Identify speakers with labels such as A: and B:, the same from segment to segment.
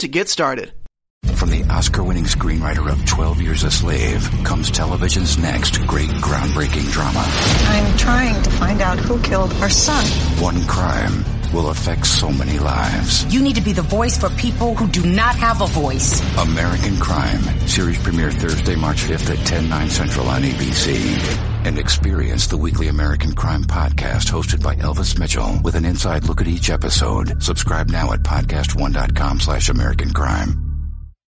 A: to get started.
B: From the Oscar-winning screenwriter of 12 Years a Slave comes television's next great groundbreaking drama.
C: I'm trying to find out who killed our son.
B: One crime will affect so many lives.
D: You need to be the voice for people who do not have a voice.
B: American Crime, series premiere Thursday, March 5th at 10, 9 central on ABC. And experience the weekly American Crime podcast hosted by Elvis Mitchell with an inside look at each episode. Subscribe now at podcast1.com slash American Crime.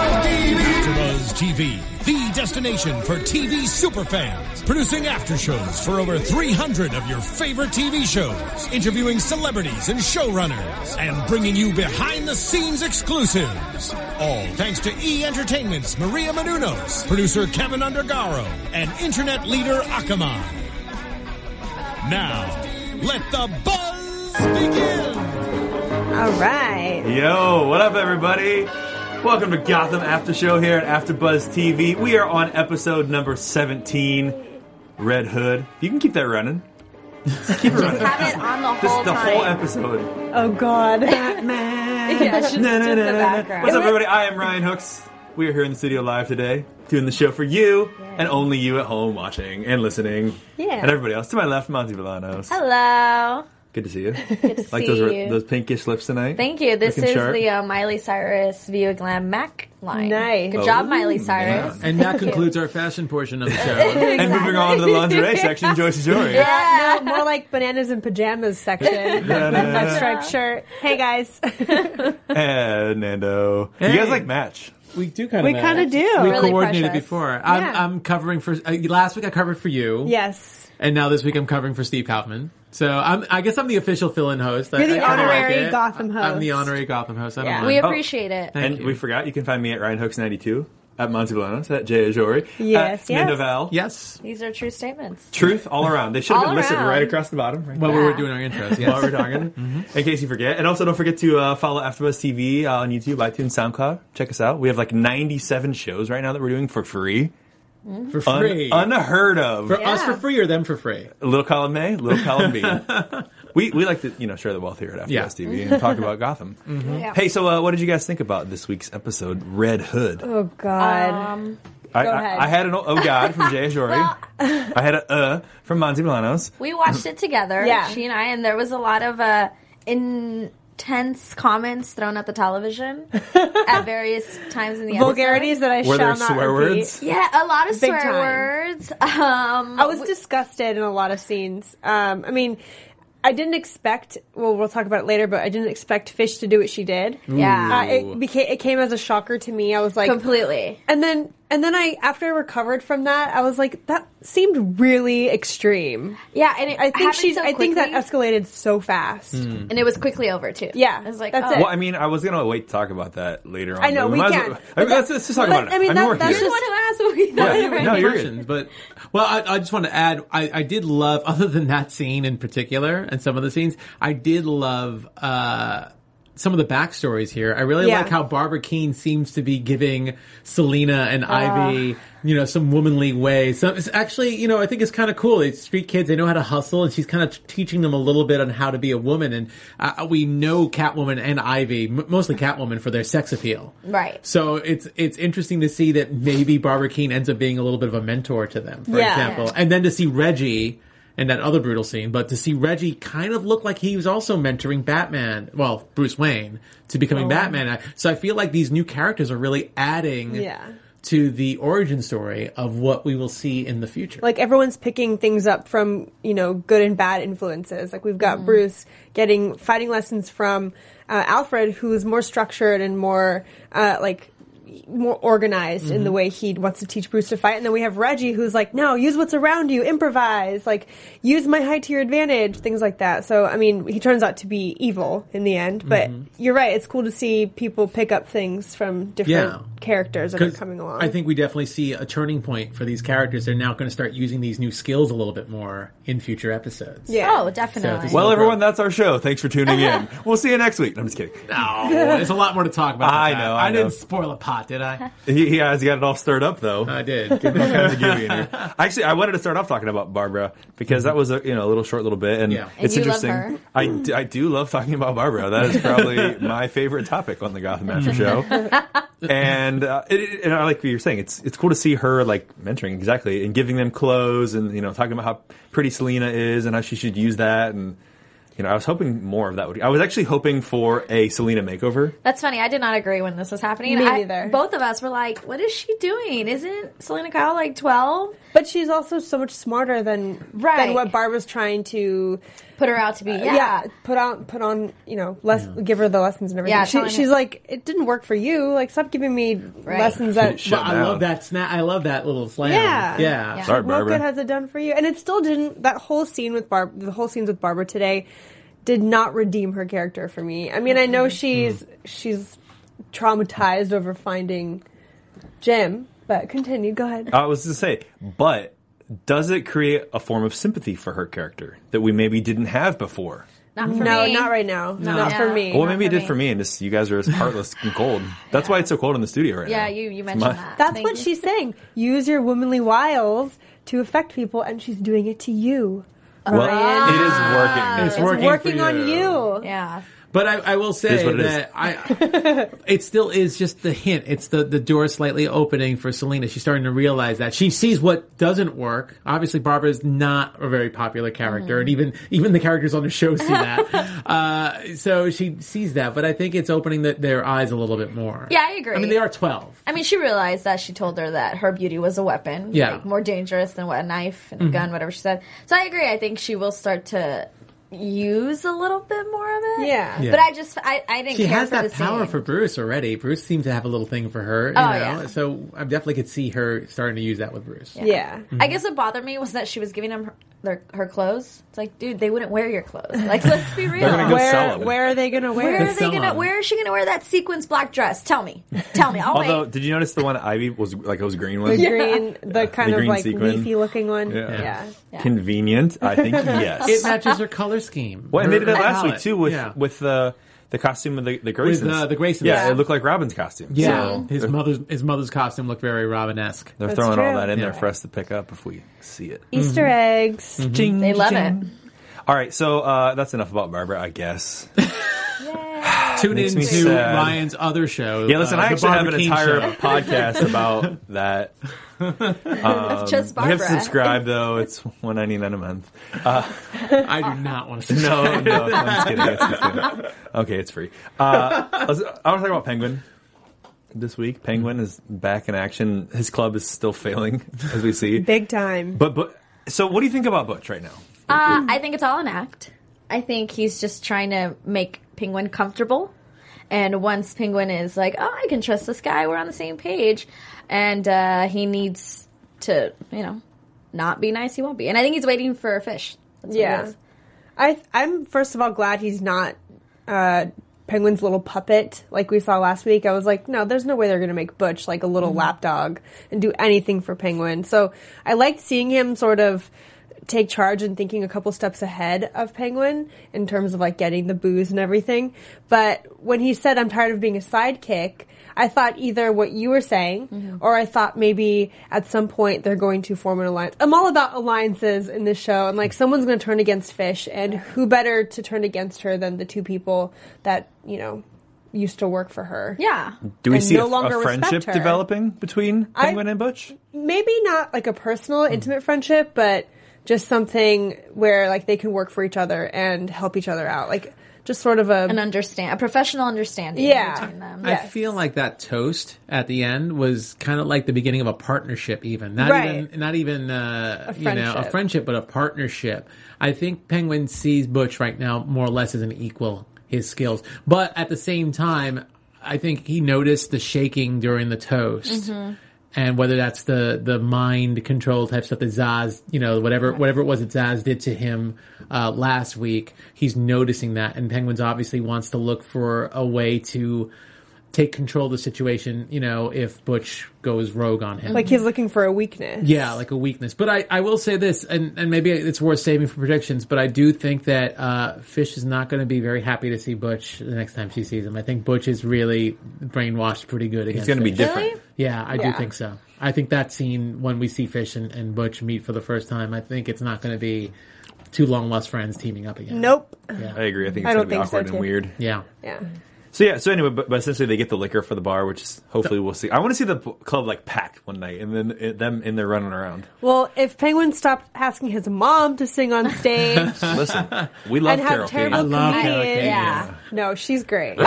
E: AfterBuzz TV, the destination for TV superfans, producing aftershows for over 300 of your favorite TV shows, interviewing celebrities and showrunners, and bringing you behind-the-scenes exclusives. All thanks to E Entertainment's Maria Menounos, producer Kevin Undergaro, and internet leader Akamai. Now, let the buzz begin.
F: All right.
G: Yo, what up, everybody? Welcome to Gotham After Show here at AfterBuzz TV. We are on episode number 17, Red Hood. You can keep that running. Keep it running.
F: Have it on the
G: This
F: whole
G: is the
F: time.
G: whole episode.
H: Oh God!
F: yeah, it's just in the background.
G: What's up, everybody? I am Ryan Hooks. We are here in the studio live today, doing the show for you and only you at home watching and listening.
H: Yeah.
G: And everybody else. To my left, Monty Villanos.
F: Hello.
G: Good to see you.
F: to
G: like
F: see
G: those
F: you.
G: those pinkish lips tonight.
F: Thank you. This
G: Looking
F: is
G: sharp.
F: the uh, Miley Cyrus Via Glam Mac line.
H: Nice.
F: Good job,
G: Oh,
F: Miley
G: man.
F: Cyrus.
I: And that
F: you.
I: concludes our fashion portion of the show.
G: And moving on to the lingerie section, Joyce Jory.
H: Yeah, no, more like bananas and pajamas section. that striped shirt. Hey guys,
G: And Nando. You
I: Hey.
G: guys like match.
I: we do kind
H: we kind of do.
I: We
F: Really
I: coordinated
F: precious.
I: before. I'm,
H: Yeah.
I: I'm covering for. Uh, last week I covered for you.
H: yes,
I: And now this week I'm covering for Steve Kaufman. So I'm. I guess I'm the official fill-in host. I-
H: You're the
I: I kinda
H: honorary
I: it.
H: Gotham host.
I: I'm the honorary Gotham host. I don't
F: Yeah.
I: mind.
F: We appreciate it.
I: Oh. Thank
G: and
I: you.
G: we forgot you can find me at Ryan Hooks ninety two at Monty Villanos, at Jay Ajori,
H: Yes, yes.
G: at Mandoval.
I: Oh, yes.
F: These are true statements.
G: Truth all around. They should have
F: All
G: been listed
F: around.
G: right across the bottom. Right
I: While
G: there.
I: we were doing our intros, yes.
G: While we're talking, in case you forget, and also don't forget to uh, follow AfterBuzz TV uh, on YouTube, iTunes, SoundCloud. Check us out. We have like ninety-seven shows right now that we're doing for free,
I: for
G: Un-
I: free.
G: unheard of.
I: for us for free or them for free?
G: little column A, little column B. we we like to you know share the wealth here at AfterBuzz
I: Yeah. Mm-hmm.
G: TV and talk about Gotham.
F: Yeah.
G: Hey, so uh, what did you guys think about this week's episode, Red Hood?
H: Oh God.
F: Um,
G: I, I-
F: ahead.
G: I, had an oh god from Jay Ajori. I had a uh from Monty Milanos.
F: we watched it together,
H: Yeah.
F: she and I, and there was a lot of uh, intense comments thrown at the television at various times in the
H: Vulgarities
F: episode.
H: that I
G: Were
H: shall
G: there
H: not
G: swear
H: repeat.
G: words?
F: Yeah, a lot of
H: Big
F: swear
H: time.
F: words. Um,
H: I was disgusted in a lot of scenes. Um, I mean, I didn't expect. Well, we'll talk about it later, but I didn't expect Fish to do what she did. Uh,
F: yeah,
H: it became it came as a shocker to me. I was like,
F: completely.
H: and then and then I after I recovered from that, I was like, that seemed really extreme.
F: Yeah, and it
H: I think
F: happened
H: she's.
F: so
H: I think that
F: quickly,
H: escalated so fast.
F: and it was quickly over too.
H: Yeah,
F: I was like,
H: that's
F: oh.
H: it.
G: Well, I mean, I was gonna wait to talk about that later on.
H: I know,
G: but
H: we
G: might as
H: can.
G: well- I mean, let's, let's just talk
H: But,
G: about it.
H: I mean,
G: I'm
H: that-
G: working
H: that's
G: here.
F: You're the one who asked what we thought.
G: Yeah,
F: right?
G: no, you're good.
I: Impressions, but well, I, I just want to add. I, I did love, other than that scene in particular, and some of the scenes, I did love uh, some of the backstories here. I really
H: Yeah.
I: like how Barbara Keene seems to be giving Selena and
G: Ah.
I: Ivy, you know, some womanly way. So it's actually, you know, I think it's kind of cool. It's street kids; they know how to hustle, and she's kind of teaching them a little bit on how to be a woman. And uh, we know Catwoman and Ivy, m- mostly Catwoman, for their sex appeal,
F: Right.
I: so it's it's interesting to see that maybe Barbara Keene ends up being a little bit of a mentor to them, for
H: Yeah.
I: example, and then to see Reggie and that other brutal scene, but to see Reggie kind of look like he was also mentoring Batman, well
E: Oh.
I: Bruce Wayne to becoming Batman. I- So I feel like these new characters are really adding
H: Yeah.
I: to the origin story of what we will see in the future.
E: like everyone's picking things up from you know good and bad influences like we've got
I: Mm-hmm.
E: bruce getting fighting lessons from uh, alfred who's more structured and more uh, like more organized in the way he wants to teach bruce to fight and then we have reggie who's like no use what's around you improvise like use my height to your advantage things like that so i mean he turns out to be evil in the end but you're right it's cool to see people pick up things from different
I: Yeah.
E: characters that are
I: 'Cause
E: coming along
I: I think we definitely see a turning point for these characters. They're now going to start using these new skills a little bit more in future episodes.
E: yeah
F: Oh,
I: So
F: definitely.
I: this-
G: Well, everyone, that's our show. Thanks for tuning in. We'll see you next week. I'm just kidding.
I: Oh, there's a lot more to talk about.
G: I
I: than that.
G: know, I
I: I,
G: know.
I: didn't spoil a pot, did I?
G: He, he has got it all stirred up, though.
I: I did.
G: Kinda giddy in here. Actually, I wanted to start off talking about Barbara because that was a you know a little short little bit, and
I: Yeah. And
G: it's
F: you love
G: interesting.
F: her.
G: I, d- I do love talking about Barbara. That is probably my favorite topic on the Gotham After Show. and uh, it- it, and I like what you're saying. It's it's cool to see her like mentoring exactly and giving them clothes and you know talking about how pretty Selena is and how she should use that and. You know, I was hoping more of that would. I was actually hoping for a Selena makeover.
F: That's funny. I did not agree when this was happening.
E: Me
F: I-
E: neither.
F: both of us were like, "What is she doing? Isn't Selena Kyle like 12?
E: But she's also so much smarter than
F: Right.
E: than what Barbara's trying to Uh,
F: Put her out to be yeah."
E: put on put on you know less give her the lessons and everything.
F: Yeah,
E: she,
F: telling
E: she's
F: her-
E: like it didn't work for you. Like stop giving me lessons that
G: Shut
I: Well, I
G: down.
I: love that snap. I love that little slam.
E: Yeah.
I: Yeah.
F: Yeah.
G: Sorry,
E: what
G: Barbara.
E: good has it done for you? And it still didn't. That whole scene with Barb, the whole scenes with Barbara today, did not redeem her character for me. I mean, I know
I: Mm-hmm.
E: she's she's traumatized over finding Jim, but continue. Go ahead.
G: I was to say, but does it create a form of sympathy for her character that we maybe didn't have before?
F: Not for
E: no,
F: me.
E: not right now. Not
F: Yeah.
E: for me.
G: well, maybe it
F: for
G: did
F: me.
G: for me, and just you guys are as heartless and cold. That's why it's so cold in the studio right now.
F: Yeah, you you mentioned
G: My-
F: that.
E: That's
F: Thank
E: what
F: you.
E: she's saying. Use your womanly wiles to affect people, and she's doing it to you.
G: Well,
E: Ryan.
G: it is working.
I: It's working,
E: Working
I: for
E: on you.
F: Yeah.
I: But I, I
G: It
I: will
G: is
I: say
G: what it is.
I: that I, it still is just the hint. It's the, the door slightly opening for Selena. She's starting to realize that she sees what doesn't work. Obviously, Barbara is not a very popular character,
F: Mm.
I: and even even the characters on the show see that. uh, so she sees that, but I think it's opening the, their eyes a little bit more.
F: Yeah, I agree.
I: I mean, they are twelve.
F: I mean, she realized that she told her that her beauty was a weapon,
I: Yeah. Mm-hmm.
F: like, more dangerous than what a knife and a gun, whatever she said. So I agree. I think she will start to use a little bit more of it.
E: Yeah. Yeah.
F: But I just I, I didn't
I: She
F: care
I: has
F: for
I: that
F: the
I: power
F: scene.
I: for Bruce already. Bruce seems to have a little thing for her. You
F: Oh,
I: know?
F: yeah.
I: So I definitely could see her starting to use that with Bruce.
E: Yeah.
I: Mm-hmm.
F: I guess what bothered me was that she was giving him her, their, her clothes. It's like, dude, they wouldn't wear your clothes. Like, let's be real.
G: gonna go
F: where
G: sell
E: Where,
G: 'em.
E: where are they going to wear?
F: where
E: it?
F: are they
I: sell
F: gonna?
I: 'em.
F: Where is she gonna wear that sequins black dress? Tell me. Tell me. I'll
G: Although,
F: wait.
G: did you notice the one Ivy was like it was a green one?
E: The green, the kind
G: The
E: of
G: green
E: like
G: sequin.
E: leafy looking one.
G: Yeah.
E: Yeah.
G: Convenient, I think. Yes.
I: It matches her color scheme.
G: well, and
I: Her-
G: they did that
I: her
G: last week
I: palette.
G: too with
I: Yeah.
G: with the the costume of the the Graysons.
I: uh, the Graysons.
G: Yeah,
I: Yeah.
G: it looked like Robin's costume.
I: Yeah,
G: so
I: his mother's his mother's costume looked very Robin esque.
G: they're
E: That's
G: throwing all
E: true.
G: that in there
I: Yeah.
G: for us to pick up if we see it.
E: Easter eggs.
F: Mm-hmm. They love it.
G: All right, so uh, that's enough about Barbara, I guess.
I: Tune
G: Makes
I: in
G: me
I: to
G: sad.
I: Ryan's other show.
G: Yeah, listen,
I: uh,
G: I
I: The
G: actually have an
I: Barbara Keene
G: entire
I: Show.
G: podcast about that.
F: Just
G: You
F: Barbara.
G: have to subscribe though; it's one ninety nine a month.
I: I do not want to. See
G: No, no, I'm just kidding. It's just kidding. Okay, it's free. Uh, I was- I want to talk about Penguin this week. Penguin is back in action. His club is still failing, as we see.
E: Big time.
G: But but so, what do you think about Butch right now?
F: Uh, I think it's all an act. I think he's just trying to make Penguin comfortable. And once Penguin is like, oh, I can trust this guy, we're on the same page, and uh, he needs to, you know, not be nice, he won't be. And I think he's waiting for a fish. That's what it
E: Yeah.
F: is.
E: I I'm first of all glad he's not uh Penguin's little puppet like we saw last week. I was like, no, there's no way they're going to make Butch like a little
F: Mm-hmm.
E: lapdog and do anything for Penguin. So, I liked seeing him sort of take charge and thinking a couple steps ahead of Penguin in terms of like getting the booze and everything. But when he said I'm tired of being a sidekick, I thought either what you were saying,
F: Mm-hmm.
E: or I thought maybe at some point they're going to form an alliance. I'm all about alliances in this show, and like someone's going to turn against Fish, and who better to turn against her than the two people that you know used to work for her?
F: Yeah.
G: Do we
E: And
G: see
E: no
G: a,
E: longer
G: a
E: respect
G: friendship
E: her.
G: developing between
E: I-
G: Penguin and Butch?
E: maybe not like a personal,
I: Hmm.
E: intimate friendship, but just something where like they can work for each other and help each other out, like.
F: just sort of a
C: an understand a professional understanding
F: Yeah.
C: between them.
I: I feel like that toast at the end was kind of like the beginning of a partnership, even not
F: Right.
I: even not even uh,
F: A
I: you know a
F: friendship.
I: friendship, but a partnership. I think Penguin sees Butch right now more or less as an equal, his skills, but at the same time, I think he noticed the shaking during the toast.
F: Mm-hmm.
I: And whether that's the, the mind control type stuff that Zaz, you know, whatever whatever it was that Zaz did to him uh, last week, he's noticing that. And Penguins obviously wants to look for a way to take control of the situation, you know, if Butch goes rogue on him.
F: like he's looking for a weakness.
I: yeah, like a weakness. But I, I will say this, and, and maybe it's worth saving for predictions, but I do think that uh, Fish is not going to be very happy to see Butch the next time she sees him. I think Butch is really brainwashed pretty good
G: It's
I: against
G: going to be
I: Fish.
G: different.
C: Really?
I: Yeah, I do
F: Yeah.
I: think so. I think that scene when we see Fish and, and Butch meet for the first time, I think it's not going to be two long lost friends teaming up again.
F: Nope.
G: I agree. I think
F: I
G: it's going
F: don't
G: to be
F: think so,
G: awkward
F: too.
G: and weird.
I: Yeah.
F: Yeah.
G: So yeah, so anyway, but, but essentially they get the liquor for the bar, which is hopefully we'll see. I want to see the b- club like packed one night, and then it, them in there running around.
F: Well, if Penguin stopped asking his mom to sing on stage
G: Listen, we love
F: and
G: Carol
F: have
G: King.
F: terrible
I: love Carol
F: comedians,
I: King,
C: yeah.
F: no, she's great.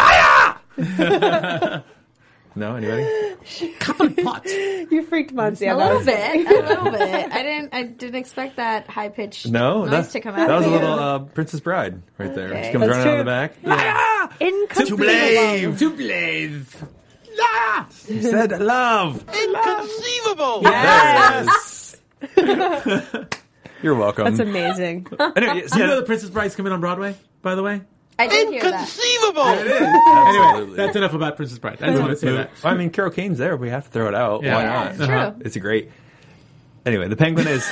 G: No, anybody?
I: Pot.
F: You freaked Monty
C: a
F: out.
C: little bit, a little bit. I didn't, I didn't expect that high pitched
G: No,
C: noise
G: that's
C: to come out.
G: that was a
C: of you.
G: little uh, Princess Bride right there.
C: Okay.
G: She comes
F: That's
G: running out of the back.
F: true.
G: To
F: In company alone.
G: blame, to blame. Ah! She said love.
J: Inconceivable!
G: Yes. You're welcome.
F: That's amazing.
G: Anyway, yes,
I: Do you
G: yeah,
I: know the Princess Bride's coming on Broadway, by the way?
C: I did hear that.
J: Inconceivable!
G: absolutely.
I: That's enough about Princess Bride. I just want to say that.
G: I mean, Carol Kane's there. We have to throw it out.
I: Yeah.
G: Why
I: Yeah,
G: not?
C: it's true. Uh-huh.
G: It's a great. Anyway, the penguin is.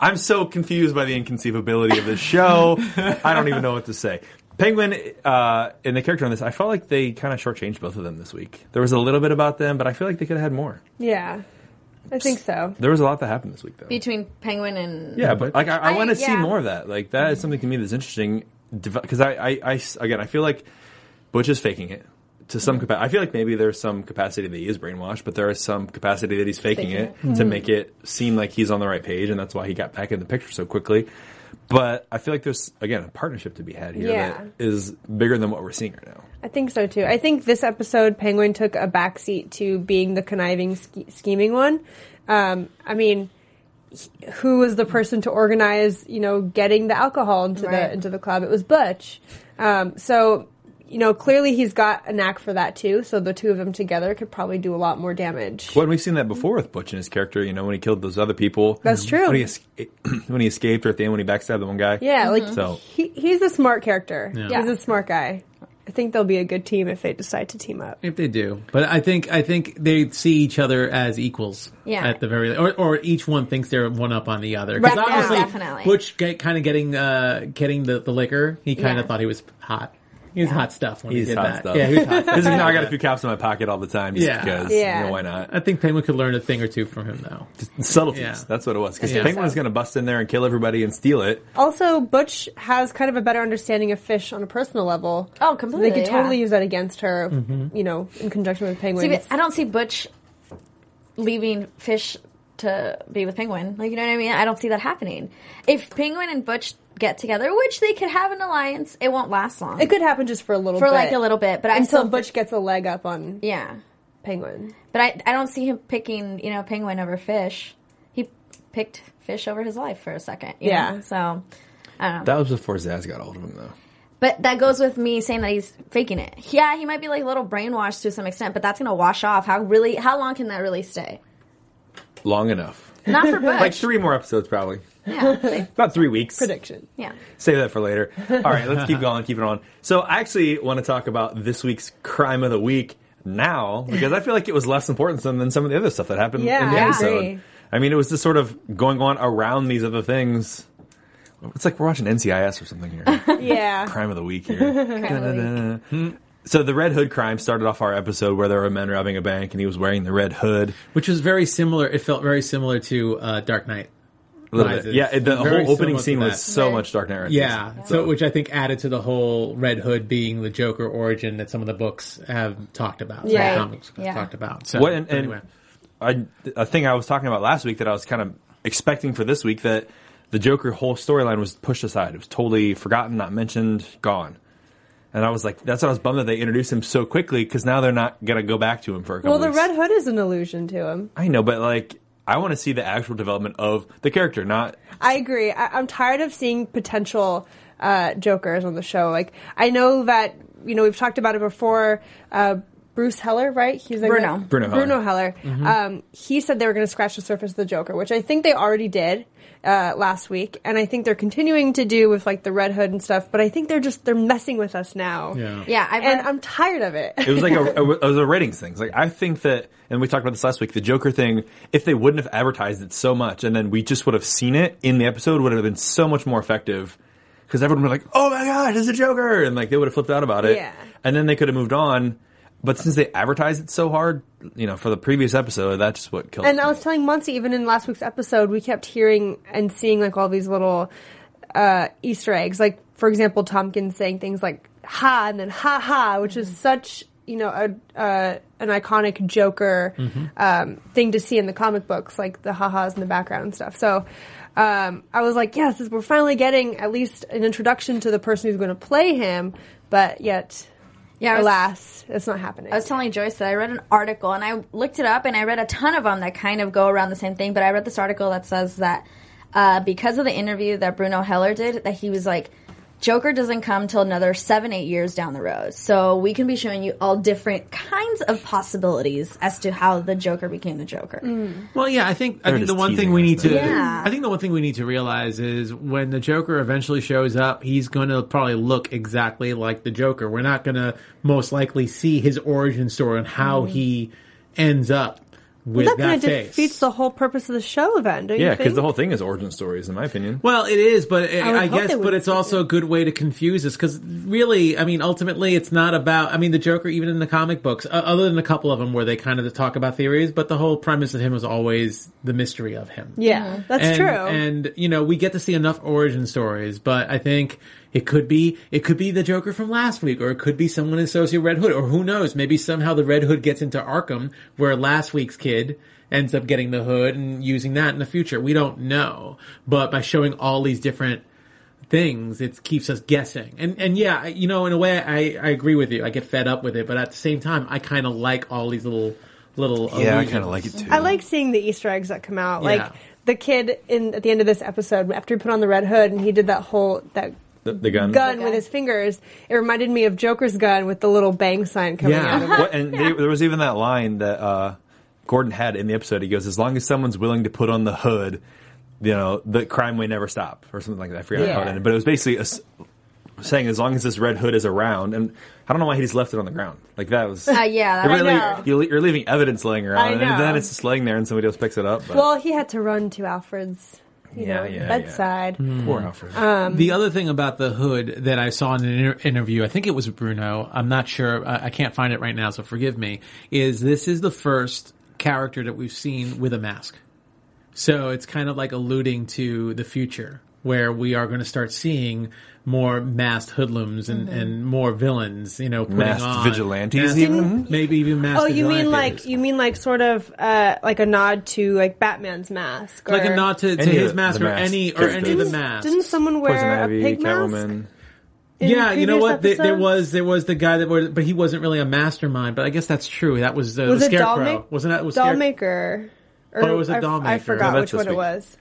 G: I'm so confused by the inconceivability of this show. I don't even know what to say. Penguin uh, and the character on this, I felt like they kind of shortchanged both of them this week. There was a little bit about them, but I feel like they could have had more.
F: Yeah. I think so.
G: There was a lot that happened this week, though.
C: Between Penguin and
G: Yeah, but like I, I,
C: I-
G: want to see
C: yeah.
G: more of that. Like that is something to me that's interesting because I, I, I s- again I feel like Butch is faking it to some capacity. I feel like maybe there's some capacity that he is brainwashed, but there is some capacity that he's faking,
C: Faking
G: it, to make it seem like he's on the right page, and that's why he got back in the picture so quickly. But I feel like there's again a partnership to be had here
F: Yeah.
G: that is bigger than what we're seeing right now.
F: I think so too. I think this episode, Penguin took a backseat to being the conniving, sch- scheming one. Um, I mean, he- who was the person to organize, you know, getting the alcohol into
C: Right.
F: the into the club? It was Butch. Um, so, you know, clearly he's got a knack for that too. So the two of them together could probably do a lot more damage.
G: Well, and we've seen that before with Butch and his character. You know, when he killed those other people,
F: That's true.
G: When he, es- when he escaped, or at the end when he backstabbed the one guy,
F: Yeah, like
G: So-
F: he, he's a smart character.
I: Yeah.
F: He's a smart guy. I think they'll be a good team if they decide to team up.
I: If they do, but I think I think they see each other as equals.
C: Yeah.
I: At the very, or, or each one thinks they're one up on the other. Because
C: Right, yeah,
I: obviously,
C: definitely.
I: Butch get, kind of getting uh, getting the, the liquor. He kind of
C: Yeah.
I: thought he was hot. He was hot stuff when he
G: He's
I: did
G: hot
I: that.
G: stuff.
I: Yeah, he was hot stuff.
G: This is, you know, I got a few caps in my pocket all the time just
I: Yeah.
G: because.
F: Yeah.
G: You know, why not?
I: I think Penguin could learn a thing or two from him, though.
G: Subtleties.
I: Yeah.
G: That's what it was. Because
I: Yeah.
G: Penguin was
F: So-
G: going to bust in there and kill everybody and steal it.
F: Also, Butch has kind of a better understanding of fish on a personal level.
C: Oh, completely,
F: they could totally
C: yeah.
F: use that against her, you know, in conjunction with
C: See,
F: penguins.
C: but I don't see Butch leaving Fish to be with Penguin. Like, you know what I mean? I don't see that happening. If Penguin and Butch get together, which they could have an alliance, it won't last long.
F: it could happen just for a little
C: For,
F: bit.
C: like, a little bit, but I
F: until
C: still-
F: Butch gets a leg up on
C: yeah.
F: Penguin.
C: But I, I don't see him picking, you know, Penguin over Fish. He picked Fish over his life for a second. you
F: Yeah.
C: know? So, I don't know.
G: That was before Zaz got hold of him, though.
C: But that goes with me saying that he's faking it. Yeah, he might be like a little brainwashed to some extent, but that's gonna wash off. How really? How long can that really stay?
G: Long enough.
C: Not for Butch.
G: Like three more episodes, probably.
C: yeah,
G: About three weeks.
F: Prediction.
C: yeah.
G: Save that for later. All right, let's keep going, keep it on. So, I actually want to talk about this week's crime of the week now because I feel like it was less important than, than some of the other stuff that happened
F: Yeah,
G: in the
F: I
G: episode.
F: agree.
G: I mean, it was just sort of going on around these other things. It's like we're watching NCIS or something here.
F: Yeah.
G: crime of the week here.
C: Crime of the week.
G: so the red hood crime started off our episode where there were men robbing a bank and he was wearing the red hood.
I: Which was very similar. It felt very similar to uh, Dark Knight.
G: A little bit.
I: Rises.
G: Yeah, it- the
I: Very
G: whole opening
I: similar to
G: scene
I: that.
G: was so
C: Right.
G: much Dark Knight Rises.
I: Yeah, so which I think added to the whole Red Hood being the Joker origin that some of the books have talked about, some of the
C: Right.
I: comics have
C: Yeah.
I: talked about. So
G: What, and, and
I: anyway.
G: I, a thing I was talking about last week that I was kind of expecting for this week that the Joker whole storyline was pushed aside. It was totally forgotten, not mentioned, gone. And I was like, that's what I was bummed that they introduced him so quickly because now they're not gonna go back to him for a couple.
F: Well, the
G: weeks.
F: Red Hood is an allusion to him.
G: I know, but like, I want to see the actual development of the character, not
F: I agree. I, I'm tired of seeing potential uh, Jokers on the show. Like I know that you know we've talked about it before. Uh, Bruce Heller, right? He's like
K: Bruno.
G: Bruno Heller. Mm-hmm.
F: Bruno Heller. Um, he said they were going to scratch the surface of the Joker, which I think they already did uh, last week, and I think they're continuing to do with like the Red Hood and stuff. But I think they're just they're messing with us now.
I: Yeah.
K: Yeah, I've
F: and
K: read-
F: I'm tired of it.
G: It was like a, it was a ratings thing. It's Like I think that, and we talked about this last week. The Joker thing, if they wouldn't have advertised it so much, and then we just would have seen it in the episode, would have been so much more effective. Because everyone would be like, "Oh my god, it's a Joker!" and like they would have flipped out about it.
F: Yeah.
G: And then they could have moved on. But since they advertised it so hard, you know, for the previous episode, that's what killed.
F: And
G: it.
F: I was telling Muncie, even in last week's episode, we kept hearing and seeing like all these little uh, Easter eggs. Like, for example, Tompkins saying things like "ha" and then "ha ha," which
K: Mm-hmm.
F: is such you know a, uh, an iconic Joker
K: Mm-hmm.
F: um, thing to see in the comic books, like the "ha ha's" in the background and stuff. So. Um, I was like, yes, this- we're finally getting at least an introduction to the person who's going to play him, but yet,
K: Yeah, I was-
F: alas, it's not happening.
K: I was telling Joyce that I read an article and I looked it up and I read a ton of them that kind of go around the same thing. But I read this article that says that uh, because of the interview that Bruno Heller did, that he was like, Joker doesn't come till another seven, eight years down the road. So we can be showing you all different kinds of possibilities as to how the Joker became the Joker.
I: Well, yeah, I think I
G: They're
I: think the
G: just
I: one thing
G: teasing
I: we
G: us
I: need to
G: there.
K: Yeah.
I: I think the one thing we need to realize is when the Joker eventually shows up, he's going to probably look exactly like the Joker. We're not going to most likely see his origin story and
K: Mm.
I: how he ends up with
F: that
I: that
F: kind of
I: face.
F: defeats the whole purpose of the show, then, don't you
G: yeah,
F: think?
G: because the whole thing is origin stories, in my opinion.
I: Well, it is, but it,
F: would
I: I,
F: hope
I: guess,
F: they
I: but
F: would-
I: it's also a good way to confuse us because really, I mean, ultimately, it's not about. I mean, the Joker, even in the comic books, uh, other than a couple of them where they kind of talk about theories, but the whole premise of him was always the mystery of him.
F: Yeah, that's
I: and,
F: true.
I: And you know, we get to see enough origin stories, but I think it could be it could be the Joker from last week, or it could be someone associated with Red Hood, or who knows? Maybe somehow the Red Hood gets into Arkham, where last week's kid ends up getting the hood and using that in the future. We don't know, but by showing all these different things it keeps us guessing and and yeah I- you know in a way i i agree with you i get fed up with it but at the same time i kind of like all these little little
G: kinda
I: illusions.
G: it too.
F: I like seeing the Easter eggs that come out.
I: Yeah.
F: Like the kid in at the end of this episode, after he put on the red hood and he did that whole that
G: the, the gun.
F: gun with his fingers, it reminded me of Joker's gun with the little bang sign coming
I: Yeah.
F: out of it.
G: What, and they, there was even that line that uh, Gordon had in the episode. He goes, "As long as someone's willing to put on the hood, you know, the crime may never stop," or something like that. I forgot how it
F: Yeah.
G: ended, but it was basically a s saying, "As long as this red hood is around," and I don't know why he just left it on the ground. Like that was,
K: Uh, yeah,
G: You're,
K: that-
G: really-
K: I know.
G: you're, you're leaving evidence laying
F: I
G: around,
F: know.
G: and then it's just laying there, and somebody else picks it up. But
F: Well, he had to run to Alfred's, you
G: Yeah,
F: know,
G: yeah, Mm.
F: bedside.
I: Hmm.
G: poor Alfred.
F: Uh,
I: The other thing about the hood that I saw in an inter- interview, I think it was Bruno. I'm not sure. I, I can't find it right now, so forgive me. Is this is the first character that we've seen with a mask? So it's kind of like alluding to the future where we are going to start seeing more masked hoodlums and,
F: Mm-hmm.
I: and more villains. You know, putting
G: Masked
I: on-
G: vigilantes
I: Masked-
G: even?
I: maybe even masked.
F: Oh, you mean
I: vigilantes.
F: like you mean like sort of uh, like a nod to like Batman's mask,
I: like
F: or-
I: a nod to, to
G: Any of
I: his
G: the
I: mask or
G: masked
I: any or any of the
G: characters.
I: masks?
F: Didn't someone
G: Poison
F: wear a
G: Ivy,
F: pig mask?
G: Catwoman.
F: in
I: yeah, you know
F: previous
I: what? There, there
F: episodes?
I: was there was the guy that was, but he wasn't really a mastermind. But I guess that's true. That was uh,
F: was
I: the
F: it doll
I: scarecrow.
F: make-
I: Wasn't that was
F: doll
I: Scare-
F: maker? Or
I: Oh, it was a
F: I-
I: doll
F: I
I: maker.
F: forgot
G: No, that's
F: which one
G: this week.
F: it was.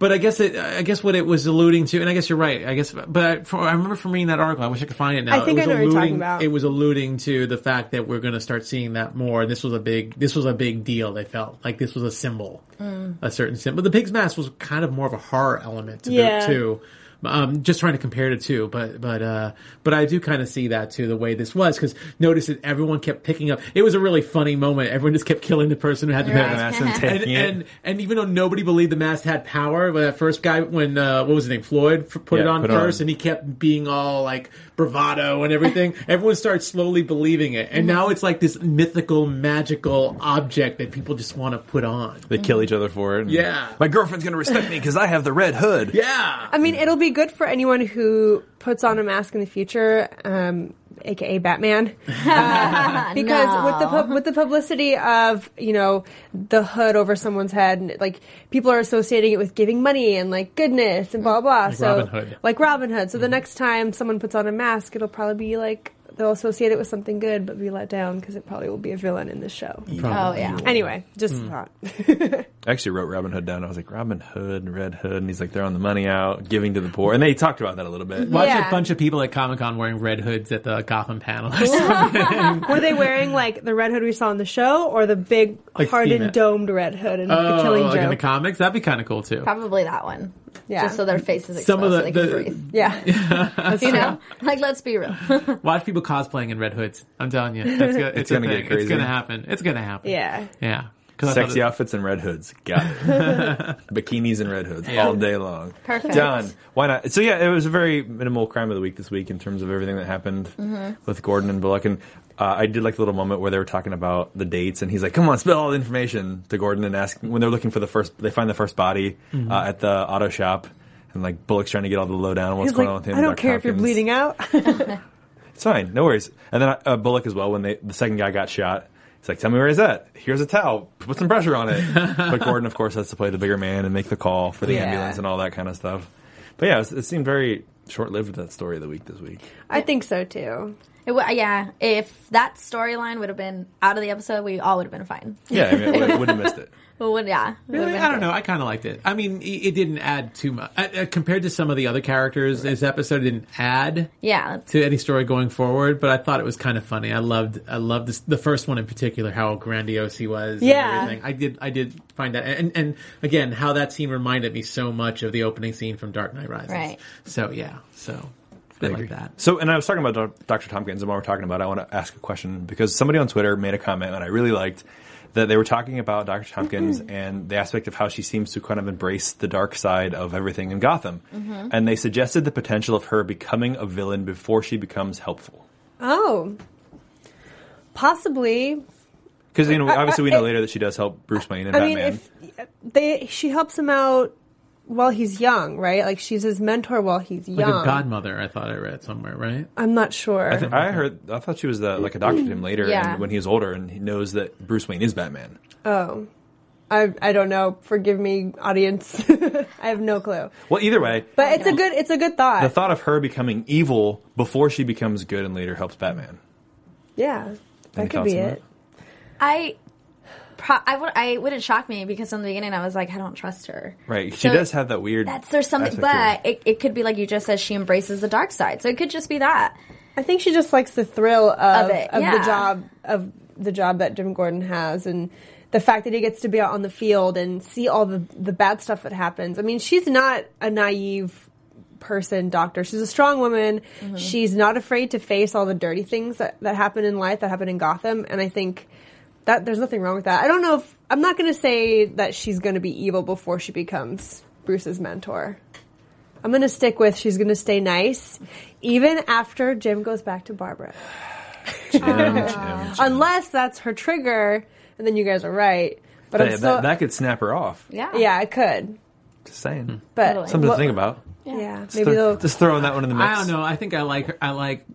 I: But I guess it, I guess what it was alluding to, and I guess you're right. I guess, but I, for, I remember from reading that article. I wish I could find it now.
F: I think I
I: it was
F: know what you're
I: alluding,
F: talking about.
I: It was alluding to the fact that we're going to start seeing that more. This was a big this was a big deal. They felt like this was a symbol,
F: Hmm.
I: a certain symbol. The pig's mask was kind of more of a horror element to
F: Yeah.
I: it too. Um, just trying to compare the two, but but uh, but I do kind of see that too the way this was because notice that everyone kept picking up. It was a really funny moment. Everyone just kept killing the person who had the mask
G: Mask and
I: and,
G: taking it.
I: and and even though nobody believed the mask had power, when that first guy, when uh, what was his name, Floyd, f- put
G: Yeah,
I: it on
G: put it
I: first,
G: on.
I: and he kept being all like bravado and everything. Everyone started slowly believing it, and now it's like this mythical, magical object that people just want to put on.
G: they kill each other for it. and-
I: Yeah.
G: my girlfriend's gonna respect me because I have the red hood.
I: Yeah,
C: Uh,
F: I mean, it'll be good for anyone who puts on a mask in the future um, aka Batman, Uh, because with the pub- with the publicity of you know the hood over someone's head, and, like people are associating it with giving money and like goodness and blah blah. so
I: Robin Hood. Mm-hmm.
F: like Robin Hood. So the next time someone puts on a mask, it'll probably be like they'll associate it with something good, but be let down because it probably will be a villain in this show.
C: Oh yeah.
F: Anyway, just
I: Mm.
F: a thought.
G: I actually wrote Robin Hood down. I was like, Robin Hood and Red Hood. And he's like, they're on the money out, giving to the poor. And they talked about that a little bit.
I: Watch
F: Yeah.
I: a bunch of people at Comic Con wearing red hoods at the Gotham panel. or
F: Were they wearing like the red hood we saw in the show, or the big
I: Like
F: hardened
I: Steam-
F: domed red hood and the
I: Oh,
F: killing
I: like in the
F: joke?
I: comics, that'd be kind of cool too.
C: Probably that one.
F: Yeah.
C: Just so their faces exposed
I: Some of
C: so
I: the-
C: they can
I: the-
C: breathe.
F: yeah,
C: you know, like let's be real.
I: Watch people cosplaying in red hoods. I'm telling you, that's go- it's,
G: It's
I: a
G: gonna get
I: thing.
G: crazy.
I: It's gonna happen. It's gonna happen.
F: yeah.
I: yeah. 'Cause I thought
G: Sexy
I: it-
G: outfits and red hoods. Got it. Bikinis and red hoods all day long.
C: Perfect.
G: Done. Why not? So yeah, it was a very minimal crime of the week this week in terms of everything that happened with Gordon and Bullock. And uh, I did like the little moment where they were talking about the dates, and he's like, "Come on, spill all the information to Gordon," and ask when they're looking for the first. They find the first body
F: Mm-hmm.
G: uh, at the auto shop. And like Bullock's trying to get all the lowdown on what's
F: He's
G: going
F: like,
G: on with him.
F: I don't
G: Doc
F: care if you're
G: Hopkins.
F: bleeding out.
G: It's fine, no worries. And then uh, Bullock as well. When they the second guy got shot, he's like, "Tell me where he's at. Here's a towel. Put some pressure on it." but Gordon, of course, has to play the bigger man and make the call for the
F: Yeah.
G: ambulance and all that kind of stuff. But yeah, it, was- it seemed very short-lived that story of the week this week.
F: I think so too.
C: It wa- yeah, if that storyline would have been out of the episode, we all would have been fine.
G: Yeah, I mean, I would have missed it.
C: We would, yeah. we would've
I: Really?
C: been
I: I don't
C: great.
I: know. I kind of liked it. I mean, i- it didn't add too much uh, uh, compared to some of the other characters. This episode didn't add
C: Yeah,
I: to any story going forward, but I thought it was kind of funny. I loved, I loved this, the first one in particular, how grandiose he was. and
F: Yeah.
I: everything. I did, I did find that, and and again, how that scene reminded me so much of the opening scene from Dark Knight Rises.
C: Right.
I: So yeah, so I like that.
G: So, and I was talking about Doc- Dr. Tompkins, and while we're talking about it, I want to ask a question because somebody on Twitter made a comment that I really liked that they were talking about Dr. Tompkins
F: Mm-hmm.
G: and the aspect of how she seems to kind of embrace the dark side of everything in Gotham.
F: Mm-hmm.
G: And they suggested the potential of her becoming a villain before she becomes helpful.
F: Oh, possibly.
G: Because, you know, obviously we know
F: I-
G: later that she does help Bruce Wayne and
F: I mean,
G: Batman.
F: if they she helps him out while he's young, right? Like she's his mentor while he's
I: Like
F: young.
I: a godmother, I thought I read somewhere, right?
F: I'm not sure.
G: I, th- I heard, I thought she was the, like a doctor to him later
C: Yeah.
G: and when he's older and he knows that Bruce Wayne is Batman.
F: I I don't know. Forgive me, audience. I have no clue.
G: Well, either way,
F: But it's a good it's a good thought.
G: the thought of her becoming evil before she becomes good and later helps Batman.
F: yeah, that could
G: thoughts
F: be
G: on
F: it.
C: I. Pro- I would. I wouldn't shock me because from the beginning I was like, I don't trust her.
G: Right. She
C: So
G: does have that weird.
C: That's there's something,
G: aspect
C: but
G: to her.
C: it, it could be like you just said. She embraces the dark side, so it could just be that.
F: I think she just likes the thrill
C: Of
F: of,
C: it,
F: the
C: yeah.
F: job of the job that Jim Gordon has and the fact that he gets to be out on the field and see all the the bad stuff that happens. I mean, she's not a naive person doctor. She's a strong woman.
C: Mm-hmm.
F: She's not afraid to face all the dirty things that, that happen in life that happen in Gotham and I think that there's nothing wrong with that. I don't know if I'm not going to say that she's going to be evil before she becomes Bruce's mentor. I'm going to stick with she's going to stay nice even after Jim goes back to Barbara.
G: Jim, Jim, Jim.
F: Unless that's her trigger, and then you guys are right. But
G: Hey,
F: I'm
G: that,
F: still,
G: that could snap her off.
C: Yeah.
F: yeah, I could.
G: Just saying.
F: But
C: Totally.
G: Something
F: well,
G: to think about.
F: Yeah,
G: Just,
F: maybe
G: throw,
F: they'll.
G: just throwing that one in the mix.
I: I don't know. I think I like her. I like,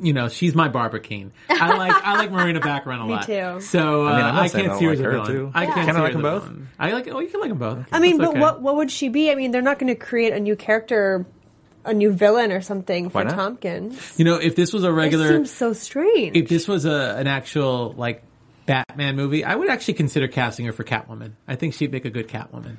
I: you know, she's my Barbara Keene. I like I like Marina Baccarin a lot.
F: too.
I: So uh,
G: I
I: I,
G: mean, I'm not saying I don't
I: can't see her
G: like
I: as a
G: her,
I: villain.
G: too.
I: I can't
G: Can I
I: see her
G: like
I: as
G: them
I: a
G: both?
I: villain. I like. Oh, you can like them both.
F: I mean,
I: That's
F: but
I: okay.
F: what what would she be? I mean, they're not going to create a new character, a new villain or something for
G: Why not?
F: Tompkins.
I: You know, if this was a
F: It
I: regular,
F: seems so strange.
I: if this was a an actual like Batman movie, I would actually consider casting her for Catwoman. I think she'd make a good Catwoman.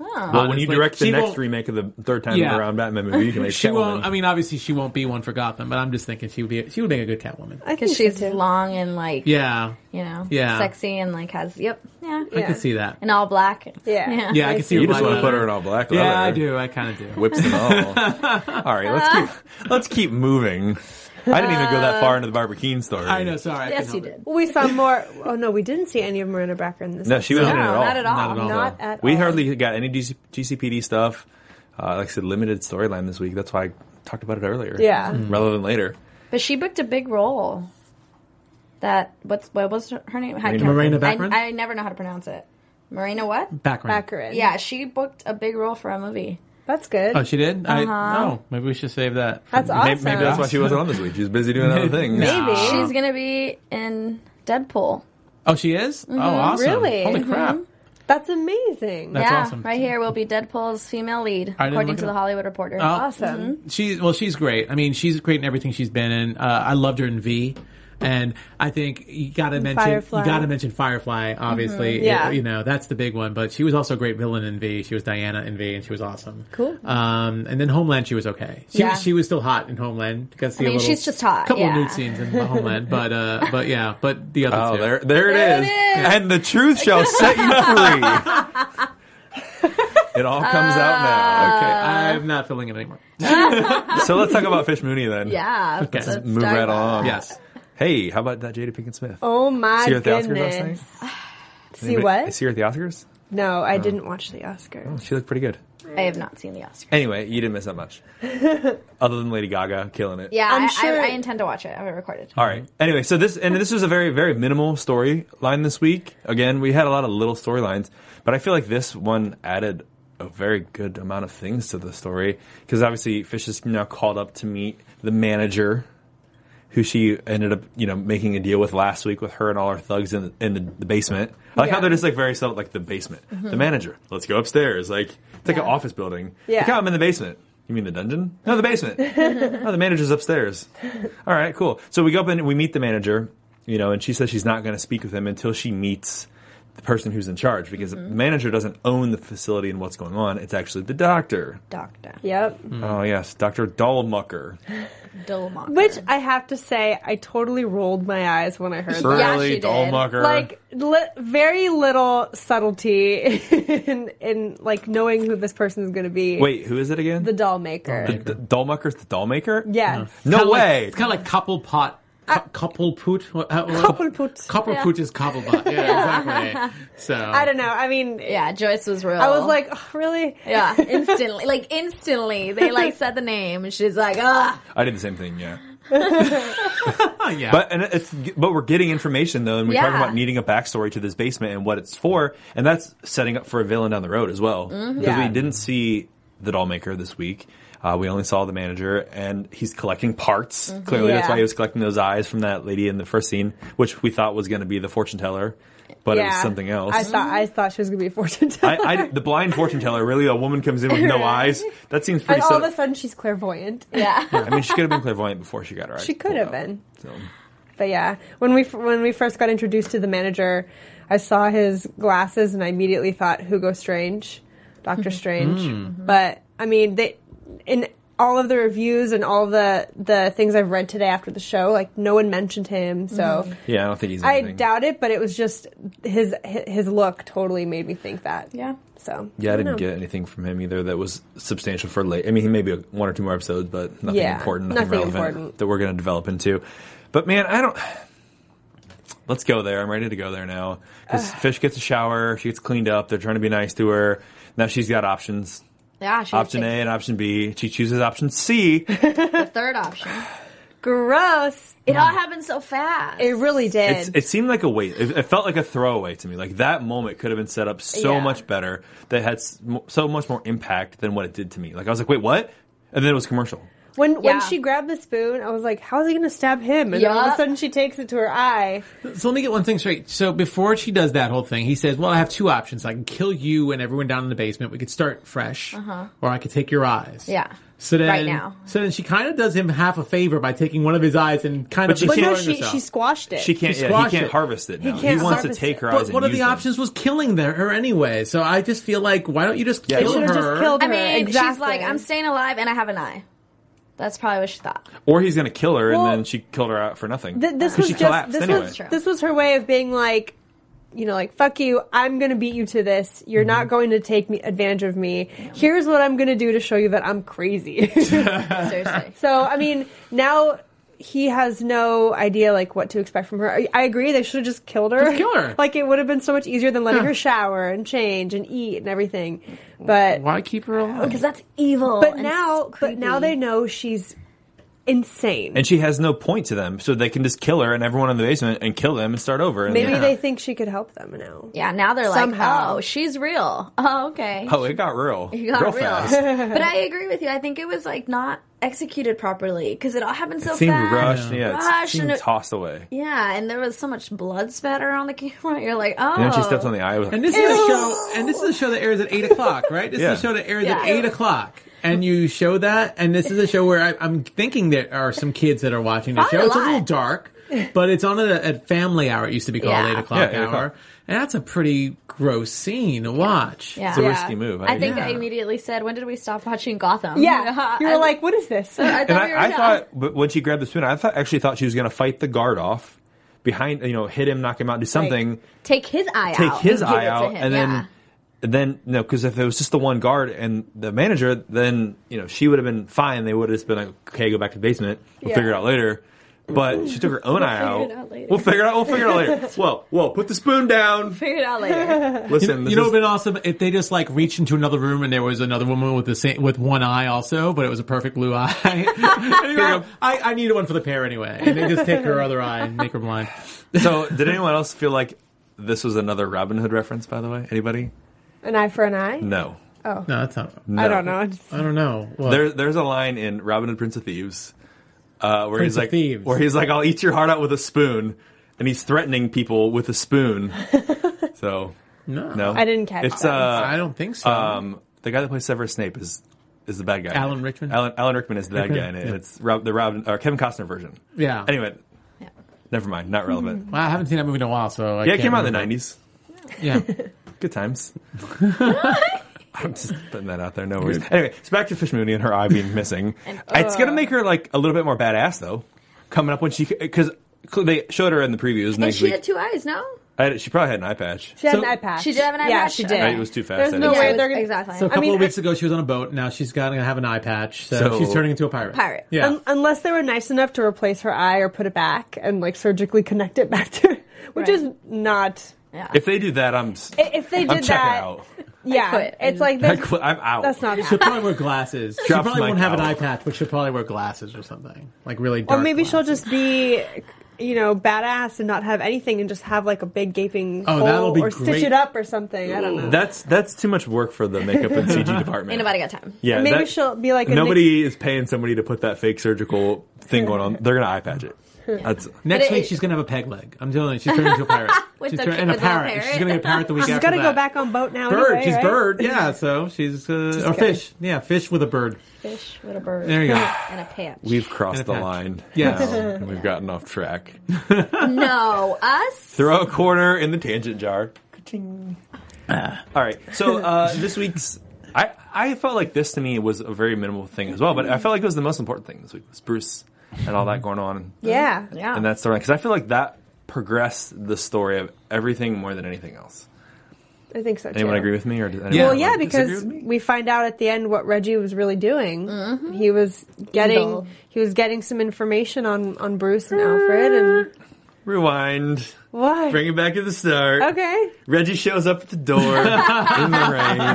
G: Well, when you
I: Honestly,
G: direct the
I: she
G: next
I: won't-
G: remake of the third time
I: Yeah.
G: around Batman movie, you can make
I: She
G: Catwoman.
I: won't. I mean, obviously, she won't be one for Gotham, but I'm just thinking she would be. She would make a good Catwoman.
F: I think
C: Because she's
F: so too.
C: long and like,
I: Yeah,
C: you know,
I: Yeah.
C: sexy and like has, yep, yeah,
I: I could see that.
C: and all black.
F: Yeah.
I: Yeah, I can see.
G: you
I: her
G: just
I: lying
G: want to
I: on
G: put her in all black. leather.
I: Yeah, I do. I kind of do.
G: Whips and all. all right, let's keep let's keep moving. I didn't even go that far into the Barbara Keene story.
I: I know. Sorry. I
C: Yes,
I: couldn't
C: you
I: help it.
C: did.
F: Well, we saw more. Oh no, we didn't see any of Marina Backer in this.
G: No, she wasn't in
C: No,
G: it at all.
C: not at all.
I: Not at all.
F: Not at
G: We
F: all.
G: hardly got any GC- GCPD stuff. Uh, like I said, limited storyline this week. That's why I talked about it earlier.
F: Yeah. Mhm.
G: Rather than later.
C: But she booked a big role. That what's what was her, her name? I can't-
I: Marina
C: I,
I: Baccarin?
C: I never know how to pronounce it. Marina what?
I: Background.
F: Baccarin.
C: Yeah, she booked a big role for a movie.
F: That's good.
I: Oh, she did.
L: Uh-huh.
I: I, oh, maybe we should save that. for-
F: That's awesome.
G: Maybe, maybe that's why she wasn't on this week. She's busy doing other things.
F: Maybe.
L: She's gonna be in Deadpool. Mm-hmm.
I: oh, she is. Oh, awesome.
F: Really?
I: Holy crap!
F: That's amazing.
I: That's
L: yeah,
I: awesome.
L: right here will be Deadpool's female lead,
I: I didn't
L: according
I: look it
L: to the
I: up. Oh.
L: Hollywood Reporter.
F: awesome.
L: Mm-hmm.
I: She well, she's great. I mean, she's great in everything she's been in. Uh, I loved her in V, and I think you got to mention
F: Firefly.
I: you got to mention Firefly. Obviously,
L: Mm-hmm.
I: It-
F: Yeah.
I: you know that's the big one. But she was also a great villain in V. She was Diana in V, and she was awesome.
F: Cool.
I: Um, and then Homeland, she was okay. She
F: Yeah.
I: was, she was still hot in Homeland. Got to
L: I
I: see a
L: mean,
I: little,
L: she's just hot,
I: Couple of
L: yeah.
I: nude scenes in Homeland, but uh, but yeah, but the other
G: Oh,
I: two.
G: there, there it
L: There it
G: is.
L: is.
G: And the truth shall set you free. it all comes out now.
I: Okay, I'm not feeling it anymore.
C: Uh.
G: So let's talk about Fish Mooney then.
L: Yeah.
I: Okay.
L: let's
G: Move
L: dive on.
G: right along.
I: Yes.
G: Hey, how about that Jada Pinkett Smith?
F: Oh my
G: see her at the Oscars last night?
F: goodness. See
G: Anybody-
F: what?
G: See her at the Oscars?
F: no, I didn't watch the Oscars.
G: She looked pretty good.
L: I have not seen the Oscar.
G: Anyway, you didn't miss that much. Other than Lady Gaga killing it.
L: Yeah,
F: I'm
L: I,
F: sure-
L: I, I intend to watch it. I have it recorded.
G: All right. Anyway, so this and this was a very very minimal storyline this week. Again, we had a lot of little storylines, but I feel like this one added a very good amount of things to the story because obviously Fish is now called up to meet the manager, who she ended up you know making a deal with last week with her and all her thugs in the, in the, the basement. I like how
F: Yeah.
G: they're just like very subtle, like the basement, the manager. Let's go upstairs. Like it's like an
L: Yeah.
G: office building.
F: Yeah.
G: Like, oh, I'm in the basement. You mean the dungeon? No, the basement. oh, the manager's upstairs. All right, cool. So we go up and we meet the manager, you know, and she says she's not going to speak with him until she meets the person who's in charge because the manager doesn't own the facility and what's going on. It's actually the doctor.
L: Doctor.
F: Yep.
G: Oh, yes, Dr. Dollmucker.
L: Dilma.
F: Which I have to say, I totally rolled my eyes when I heard that.
L: Yeah,
G: Really,
L: she did.
G: Dollmucker.
F: Like li- very little subtlety in, in like knowing who this person is going to be.
G: Wait, who is it again?
F: the doll maker.
G: The- the Dollmucker's the Dollmaker?
F: yes.
G: No
I: Kinda like-
G: way.
I: it's kind of like couple pot.
L: Uh,
I: Couple poot. Couple
F: Koppelput.
I: Couple poot is couple pot. Yeah, exactly. So
F: I don't know. I mean,
L: Yeah, Joyce was real.
F: I was like, oh, really?
L: yeah, instantly, like instantly, they like said the name, and she's like, ah,
G: I did the same thing, yeah.
I: Oh, yeah.
G: But and it's but we're getting information though, and we're talking
L: Yeah.
G: about needing a backstory to this basement and what it's for, and that's setting up for a villain down the road as well. Because
F: Mm-hmm. Yeah.
G: we didn't see the dollmaker this week. Uh, we only saw the manager, and he's collecting parts. Clearly, that's
F: Mm-hmm. Yeah.
G: why he was collecting those eyes from that lady in the first scene, which we thought was going to be the fortune teller, but it was something else.
F: I thought I thought she was going to be a fortune teller.
G: I, I- the blind fortune teller, really, a woman comes in with no eyes. That seems pretty.
F: and all of
G: sub-
F: a sudden, she's clairvoyant.
L: yeah,
G: I mean, she could have been clairvoyant before she got her eyes.
F: She could
G: pulled
F: have
G: out.
F: been.
G: So.
F: But yeah, when we f- when we first got introduced to the manager, I saw his glasses and I immediately thought Hugo Strange,
L: Mm-hmm.
F: Doctor Strange. But I mean, they in all of the reviews and all the the things I've read today after the show, like no one mentioned him. So
L: Mm-hmm.
G: Yeah, I don't think he's.
F: I
G: anything.
F: doubt it, but it was just his hi- his look totally made me think that.
L: yeah.
F: So
G: Yeah, I
F: don't
G: didn't
F: know.
G: get anything from him either that was substantial for late. I mean, he may be one or two more episodes, but nothing
F: Yeah,
G: important, nothing,
F: nothing
G: relevant
F: important.
G: that we're going to develop into. But man, I don't. Let's go there. I'm ready to go there now. Because Fish gets a shower, she gets cleaned up. They're trying to be nice to her. Now she's got options:
L: Yeah, she
G: option A
L: picked
G: and option B. She chooses option C.
L: the third option.
F: gross.
L: It all happened so fast.
F: It really did.
G: It's, it seemed like a wait. It, it felt like a throwaway to me. Like that moment could have been set up so
L: Yeah.
G: much better. That had s- mo- so much more impact than what it did to me. Like I was like, wait, what? And then it was commercial.
F: When
L: Yeah.
F: when she grabbed the spoon, I was like, "How is he going to stab him?" And then all of a
L: Yup.
F: sudden, she takes it to her eye.
I: So let me get one thing straight. So before she does that whole thing, he says, "Well, I have two options. I can kill you and everyone down in the basement. We could start fresh, or I could take your eyes."
L: Uh-huh. Yeah.
I: So then,
L: Right now.
I: so then she kind of does him half a favor by taking one of his eyes and kind
G: But
I: of
G: she
F: But no,
G: can't-
I: destroying
F: she
I: herself.
F: she squashed it.
G: She can't.
I: He
G: Yeah, he
I: squashed
G: can't
I: it.
G: harvest it. Now. He,
F: can't
G: wants to
F: harvest
G: take
F: it.
G: her eyes.
I: But
G: and
I: one of
G: use
I: the
G: them.
I: options was killing the, her anyway. So I just feel like, why don't you just
G: Yeah,
I: kill
G: she
I: her?
G: should've
F: just killed
L: I
F: her,
L: mean, she's
F: exactly.
L: like, I'm staying alive and I have an eye. That's probably what she thought.
G: Or he's gonna kill her,
F: Well,
G: and then she killed her out for nothing.
F: Th- this
G: 'Cause
F: was
G: she
F: just
G: collapsed
F: this
G: anyway.
F: was this was her way of being like, you know, like fuck you. I'm going to beat you to this. You're
I: Mm-hmm.
F: not going to take me advantage of me. Here's what I'm going to do to show you that I'm crazy.
L: Seriously.
F: so I mean, now. He has no idea like what to expect from her. I, I agree. They should have just killed her.
I: Just kill her.
F: like it would have been so much easier than letting her shower and change and eat and everything. But
L: Mm-hmm.
I: Why keep her alive?
L: Because that's evil.
F: But
L: and
F: now,
L: s-
F: but
L: creepy.
F: now they know she's insane.
G: And she has no point to them, so they can just kill her and everyone in the basement and kill them and start over. And
F: Maybe they think she could help them now.
L: Yeah, now they're
F: Somehow.
L: like, oh, she's real. Oh, okay.
G: Oh, it got real.
L: You got
G: real
L: real.
G: fast.
L: but I agree with you. I think it was like not executed properly because it all happened so
G: it seemed
L: fast.
G: rushed. Yeah, it
L: rushed, and
G: seemed
L: it-
G: tossed away.
L: yeah, and there was so much blood spatter on the camera. You're like, oh.
G: And then she steps on the eye. With
I: And this is a show. And this is a show that airs at eight o'clock, right? This
G: Yeah.
I: is a show that airs at
L: Yeah.
I: eight o'clock. And you show that, and this is a show where I, I'm thinking there are some kids that are watching the
L: Probably
I: show.
L: a
I: It's a little
L: lot.
I: dark, but it's on at, at family hour. It used to be called
L: Yeah.
I: eight o'clock
G: Yeah, 8
I: hour,
G: o'clock.
I: and that's a pretty gross scene to watch.
L: Yeah.
G: It's a risky move.
L: I think
G: yeah.
L: I immediately said, when did we stop watching Gotham?
F: Yeah, you
L: I-
F: were like, what is this?
L: I thought
G: And
L: we were
G: I, I
L: done.
G: thought, but when she grabbed the spoon, I thought, actually thought she was going to fight the guard off behind, you know, hit him, knock him out, do
L: Like,
G: something,
L: take his eye
G: take
L: out.
G: his
L: and give
G: eye
L: it to
G: out,
L: him,
G: and
L: yeah.
G: then, then no, because if it was just the one guard and the manager, then you know she would have been fine. They would have just been like, okay, go back to the basement. We'll
F: Yeah.
G: figure it out later. But she took her own eye
L: figure it
G: out.
L: out later.
G: We'll figure it out. We'll figure it out later. Whoa, whoa! Put the spoon down.
L: figure it out later.
G: Listen,
I: You
G: this
I: know, it would
G: is-
I: have been awesome if they just like reached into another room and there was another woman with the same with one eye also, but it was a perfect blue eye. And you go, I, I needed one for the pair anyway, and they just take her other eye and make her blind.
G: so, did anyone else feel like this was another Robin Hood reference? By the way, anybody?
F: An eye for an eye?
G: No.
I: No, that's not.
F: I don't know. It's-
I: I don't know. What?
G: There, there's a line in Robin Hood Prince of Thieves uh, where
I: Prince
G: he's
I: of
G: like,
I: Thieves.
G: where he's like, I'll eat your heart out with a spoon, and he's threatening people with a spoon. so
I: no,
G: no,
F: I didn't catch
G: It's
F: that.
I: I
G: uh,
I: don't think so.
G: um, the guy that plays Severus Snape is is the bad guy.
I: Alan Rickman?
G: Alan, Alan Rickman is the bad
I: Rickman,
G: guy in it.
I: yeah.
G: and It's Rob, the Robin or Kevin Costner version.
I: yeah.
G: Anyway, never mind. Not relevant.
I: well, I haven't seen that movie in a while, so I
G: Yeah, it
I: can't
G: came out in the
I: remember.
G: '90s.
I: Yeah,
G: Good times. I'm just putting that out there. No worries. Anyway, it's back to Fish Mooney and her eye being missing. Uh, it's
F: uh,
G: gonna make her like a little bit more badass though. Coming up when she because they showed her in the previews
L: and
G: next
L: she
G: week.
L: had two eyes, no?
G: I had- she probably had an eye patch.
F: She had
I: So-
F: an eye patch.
L: She did have an eye
F: yeah,
L: patch?
F: she did.
L: Okay.
G: It was too fast.
F: There's
G: I
F: no
G: didn't
F: way
G: see it.
F: they're gonna.
L: Exactly.
I: so
F: I
I: a couple
F: mean,
I: of
F: I-
I: weeks ago she was on a boat. Now she's got to have an eye patch, so,
G: So-
I: she's turning into a pirate.
L: Pirate. Um,
I: Yeah.
F: un- unless they were nice enough to replace her eye or put it back and like surgically connect it back to,
L: Right.
F: which is not.
G: If they do that, I'm s-
F: i- If they
G: I'm
F: did
G: checking
F: that,
G: out.
F: yeah,
L: quit.
F: it's like
G: I
F: they,
G: quit- I'm out.
F: that's not.
I: She'll
F: happening.
I: probably wear glasses. She
G: Drops
I: probably
G: my
I: won't have an
G: cowl.
I: eye patch, but she'll probably wear glasses or something. Like really dark.
F: Or maybe she'll
I: glasses.
F: just be, you know, badass and not have anything and just have like a big gaping
I: Oh,
F: hole
I: that'll be
F: or
I: great.
F: stitch it up or something. I don't know.
G: That's that's too much work for the makeup and CG department.
L: Ain't nobody got time.
G: Yeah,
F: And maybe
G: that-
F: she'll be like a
G: nobody is paying somebody to put that fake surgical thing on. They're gonna eye patch it. That's
I: Next
L: But it-
I: week she's gonna have a peg leg. I'm telling you, she's turning into a pirate.
L: With
I: she's
L: the-
I: turning- and a
L: with the little
I: parrot.
L: parrot.
I: She's gonna be a parrot the week
F: She's
I: after
F: got to
I: that.
F: go back on boat now.
I: Bird.
F: anyway,
I: she's
F: right?
I: bird. Yeah. So she's uh, or
F: kidding.
I: fish. Yeah, fish with a bird.
L: Fish with a bird.
I: There you go.
L: And a patch.
G: we've crossed the
I: patch.
G: line.
I: Yes.
G: now, and we've gotten off track.
L: no, us?
G: Throw a quarter in the tangent jar. Ah. All right. So uh, this week's, I I felt like this to me was a very minimal thing as well, but I felt like it was the most important thing this week was Bruce and all that going on
F: Yeah.
L: Yeah.
G: and that story because I feel like that progressed the story of everything more than anything else.
F: I think so. Too.
G: Anyone agree with me or did anyone
F: Well, yeah,
G: like, disagree
F: because
G: with me?
F: we find out at the end what Reggie was really doing. He was getting
L: Mm-hmm. Evil.
F: he was getting some information on on Bruce and Alfred and
G: rewind,
F: what?
G: bring it back to the start.
F: okay,
G: Reggie shows up at the door in the rain.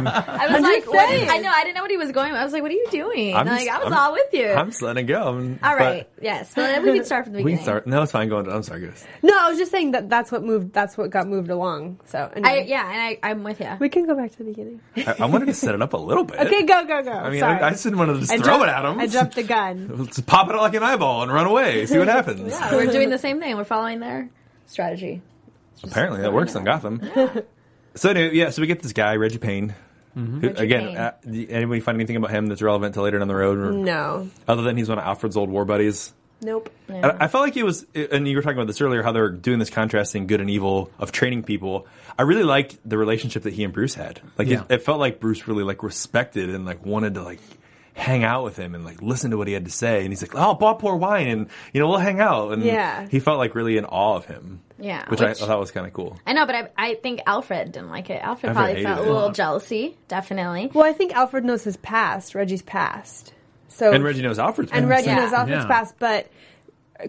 L: I was like,
F: just
L: what?
F: saying.
L: I know, I didn't know what he was going with. I was like, what are you doing?
G: I'm
L: like,
G: just-
L: I was
G: I'm-
L: all with you.
G: I'm just letting it go. I'm-
L: all
G: but
L: right, yes. Well, then we can start from the
G: We
L: beginning.
G: can start. No, it's fine. Going. I'm sorry, guys.
F: no, I was just saying that that's what moved. That's what got moved along. So
L: I,
F: anyway.
L: yeah, and I, I'm with you.
F: we can go back to the beginning.
G: I, I wanted to set it up a little bit.
F: Okay, go go go.
G: I mean,
F: Sorry.
G: I, I just didn't want to just
F: I
G: throw
F: jumped-
G: it at him.
F: I jumped the gun.
G: Let's pop it out like an eyeball and run away. See what happens.
L: Yeah, we're doing the same thing. We're following their strategy.
G: Apparently, that works on Gotham. so anyway, yeah. So we get this guy Reggie Payne. Who, again,
L: Payne.
G: Uh, d- anybody find anything about him that's relevant to later down the road? Or,
F: No,
G: Other than he's one of Alfred's old war buddies.
F: nope.
G: And I I felt like it was, and you were talking about this earlier, how they were doing this contrasting good and evil of training people. I really liked the relationship that he and Bruce had. Like
I: Yeah.
G: it, it felt like Bruce really like respected and like wanted to like hang out with him and like listen to what he had to say. And he's like, "Oh, Bob pour wine, and you know we'll hang out." And
F: Yeah.
G: he felt like really in awe of him.
L: Yeah,
G: which, I, I
L: which-
G: thought was kind of cool.
L: I know, but I, I think Alfred didn't like it. Alfred
G: Alfred
L: probably
G: hated
L: felt
G: it.
L: a little jealousy, definitely.
F: Well, I think Alfred knows his past. Reggie's past. So
G: And Reggie knows Alfred's
F: and
G: parents.
F: Reggie
L: Yeah.
F: knows Alfred's
I: Yeah.
F: past, but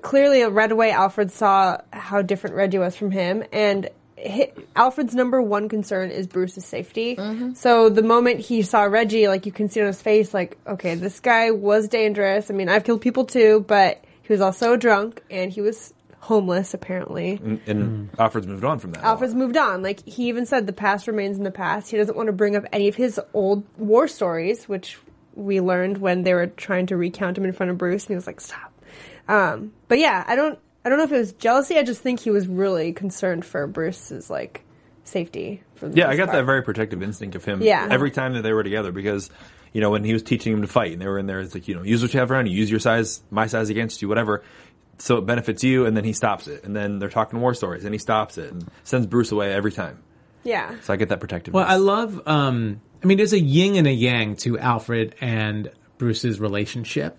F: clearly, right away, Alfred saw how different Reggie was from him, and hi Alfred's number one concern is Bruce's safety. So the moment he saw Reggie, like you can see on his face, like okay, this guy was dangerous. I mean, I've killed people too, but he was also drunk and he was homeless apparently.
G: And, and Alfred's moved on from that.
F: Alfred's moved on. Like he even said, the past remains in the past. He doesn't want to bring up any of his old war stories, which we learned when they were trying to recount him in front of Bruce, and he was like, "Stop." Um, but yeah, I don't, I don't know if it was jealousy. I just think he was really concerned for Bruce's like safety. For the
G: Yeah, I
F: most
G: got
F: part.
G: that very protective instinct of him.
F: Yeah.
G: Every time that they were together, because you know when he was teaching him to fight, and they were in there, it's like you know use what you have around you, use your size, my size against you, whatever. So it benefits you, and then he stops it, and then they're talking war stories, and he stops it, and sends Bruce away every time.
F: Yeah,
G: So I get that protective.
I: Well, I love. Um, I mean, there's a yin and a yang to Alfred and Bruce's relationship.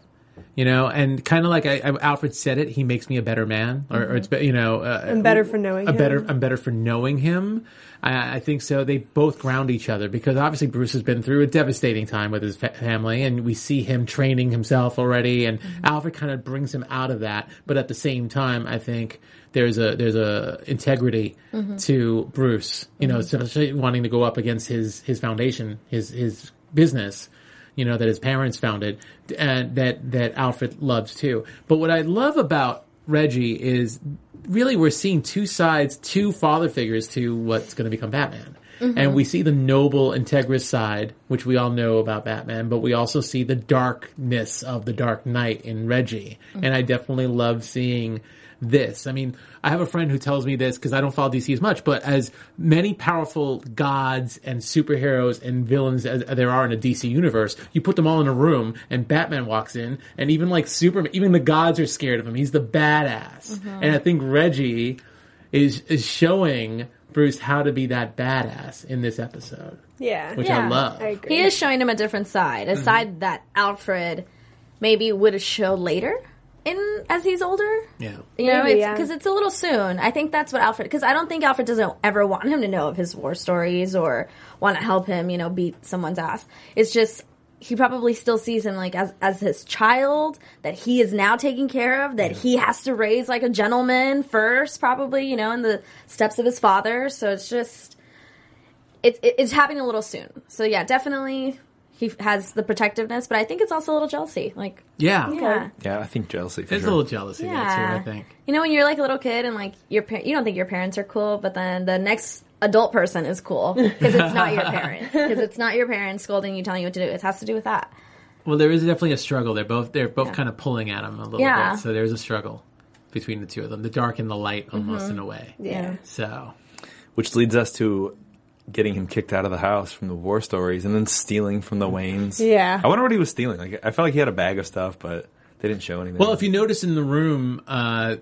I: You know, and kind of like I, I, Alfred said it, he makes me a better man, or, or it's be- you know, uh,
F: I'm better for knowing
I: a
F: him.
I: better I'm better for knowing him. I, I think so. They both ground each other because obviously Bruce has been through a devastating time with his fa- family, and we see him training himself already. And
F: Mm-hmm.
I: Alfred kind of brings him out of that, but at the same time, I think there's a there's a integrity
F: Mm-hmm.
I: to Bruce, you know, especially wanting to go up against his his foundation, his his business you know, that his parents founded and that, that Alfred loves too. But what I love about Reggie is really we're seeing two sides, two father figures to what's going to become Batman. And we see the noble, integrous side, which we all know about Batman, but we also see the darkness of the Dark Knight in Reggie. And I definitely love seeing this. I mean, I have a friend who tells me this because I don't follow DC as much, but as many powerful gods and superheroes and villains as there are in a DC universe, you put them all in a room and Batman walks in and even like Superman, even the gods are scared of him. He's the badass. And I think Reggie is, is showing Bruce how to be that badass in this episode,
F: yeah,
I: which I
L: Yeah.
I: love. Mm-hmm.
F: I agree.
L: He is showing him a different side, a side that Alfred maybe would show later in as he's older.
I: Yeah.
L: You know,
F: Maybe,
L: because
F: yeah.
L: it's, a little soon. I think that's what Alfred. Because I don't think Alfred doesn't ever want him to know of his war stories or want to help him. You know, beat someone's ass. It's just he probably still sees him like as as his child that he is now taking care of. That he has to raise like a gentleman first, probably. You know, in the steps of his father. So it's just it, it, it's happening a little soon. So yeah, definitely he has the protectiveness, but I think it's also a little jealousy. Like
I: Yeah.
L: yeah.
G: yeah, I think jealousy. For
I: There's
G: sure.
I: a little jealousy
L: Yeah.
I: there too, I think.
L: You know, when you're like a little kid and like your par- you don't think your parents are cool, but then the next adult person is cool because it's not your parent because it's not your parents scolding you, telling you what to do. It has to do with that.
I: Well, there is definitely a struggle. They're both they're both kind of pulling at him a little
L: Yeah.
I: bit. So there's a struggle between the two of them, the dark and the light, almost
G: Mm-hmm.
I: in a way.
F: yeah.
I: So
G: Which leads us to getting him kicked out of the house from the war stories, and then stealing from the Waynes.
F: Yeah.
G: I wonder what he was stealing. Like I felt like he had a bag of stuff, but they didn't show anything.
I: Well, if you notice in the room, uh,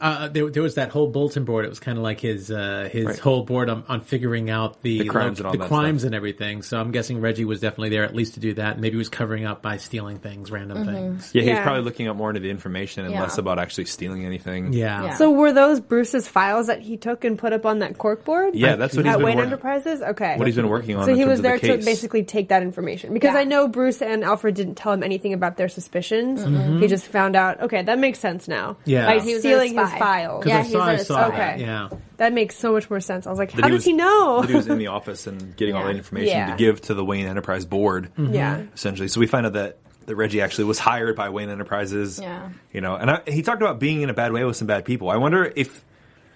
I: uh, there, there was that whole bulletin board. It was kind of like his uh, his
G: Right.
I: whole board on, on figuring out the,
G: The crimes and all
I: the
G: that
I: crimes
G: stuff.
I: and everything. So I'm guessing Reggie was definitely there at least to do that. Maybe he was covering up by stealing things, random
G: Mm-hmm.
I: things.
G: yeah, he was
F: Yeah.
G: probably looking up more into the information and
L: Yeah.
G: less about actually stealing anything.
I: Yeah.
L: Yeah.
F: So were those Bruce's files that he took and put up on that corkboard?
G: Yeah, that's what he's
F: at
G: been
F: Wayne
G: working.
F: Enterprises. Okay,
G: What he's been working on.
F: So
G: in
F: he
G: terms
F: was
G: of the
F: there to
G: case.
F: basically take that information because
L: Yeah.
F: I know Bruce and Alfred didn't tell him anything about their suspicions. Mm-hmm. He just found out. Okay, that makes sense now.
I: Yeah.
F: by
I: Mm-hmm. He
L: was a
F: stealing
L: spy.
F: his files.
I: 'Cause
L: Yeah,
I: I
L: he's
I: saw, I
L: a
I: saw
L: spy.
I: that.
F: Okay.
I: Yeah.
F: That makes so much more sense. I was like,
G: That
F: how does
G: was-
F: he know?
G: that he was in the office and getting all that information
F: Yeah. Mm-hmm.
G: to give to the Wayne Enterprise board.
F: Yeah.
G: Essentially, so we find out that that Reggie actually was hired by Wayne Enterprises.
L: Yeah.
G: You know, and I, he talked about being in a bad way with some bad people. I wonder if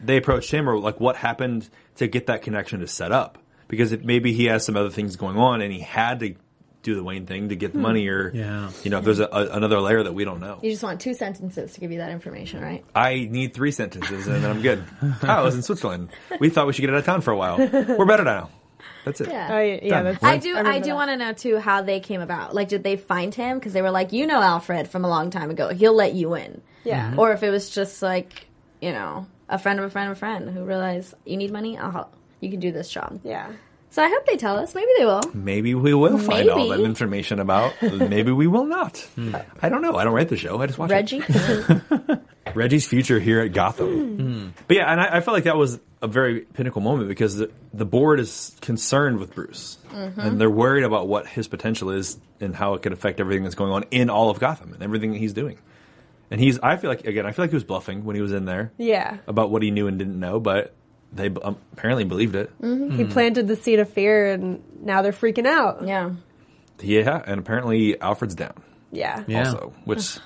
G: they approached him or like what happened to get that connection to set up because it, maybe he has some other things going on and he had to do the Wayne thing to get
F: Hmm.
G: the money or
I: Yeah.
G: you know if there's a, a, another layer that we don't know.
L: You just want two sentences to give you that information, right?
G: I need three sentences and then I'm good. I was in Switzerland. We thought we should get out of town for a while. We're better now. That's it.
L: Yeah.
F: Oh, yeah, yeah,
G: Done.
F: that's,
L: I do. I,
F: remember
L: do
F: that.
L: want to know too how they came about. Like, did they find him because they were like, you know, Alfred from a long time ago. He'll let you in.
F: Yeah. Mhm.
L: Mm-hmm. Or if it was just like, you know, a friend of a friend of a friend who realized you need money. I'll help. You can do this job.
F: Yeah.
L: So I hope they tell us. Maybe they will.
G: Maybe we will find all that
L: Maybe. Hmm.
G: information about. Maybe we will not. I don't know. I don't write the show. I just watch it.
L: Reggie.
G: Reggie's future here at
I: Hmm.
E: Hmm.
G: Gotham. But yeah, and I, I felt like that was a very pinnacle moment because the, the board is concerned with Bruce,
I: Mm-hmm.
G: and they're worried about what his potential is and how it could affect everything that's going on in all of Gotham and everything that he's doing. And he's, I feel like, again, I feel like he was bluffing when he was in there
F: Yeah.
G: about what he knew and didn't know, but they b- um, apparently believed it.
I: Mm-hmm.
F: He planted the seed of fear, and now they're freaking out.
I: Yeah.
G: Yeah, and apparently Alfred's down
F: Yeah.
E: Yeah.
G: also, which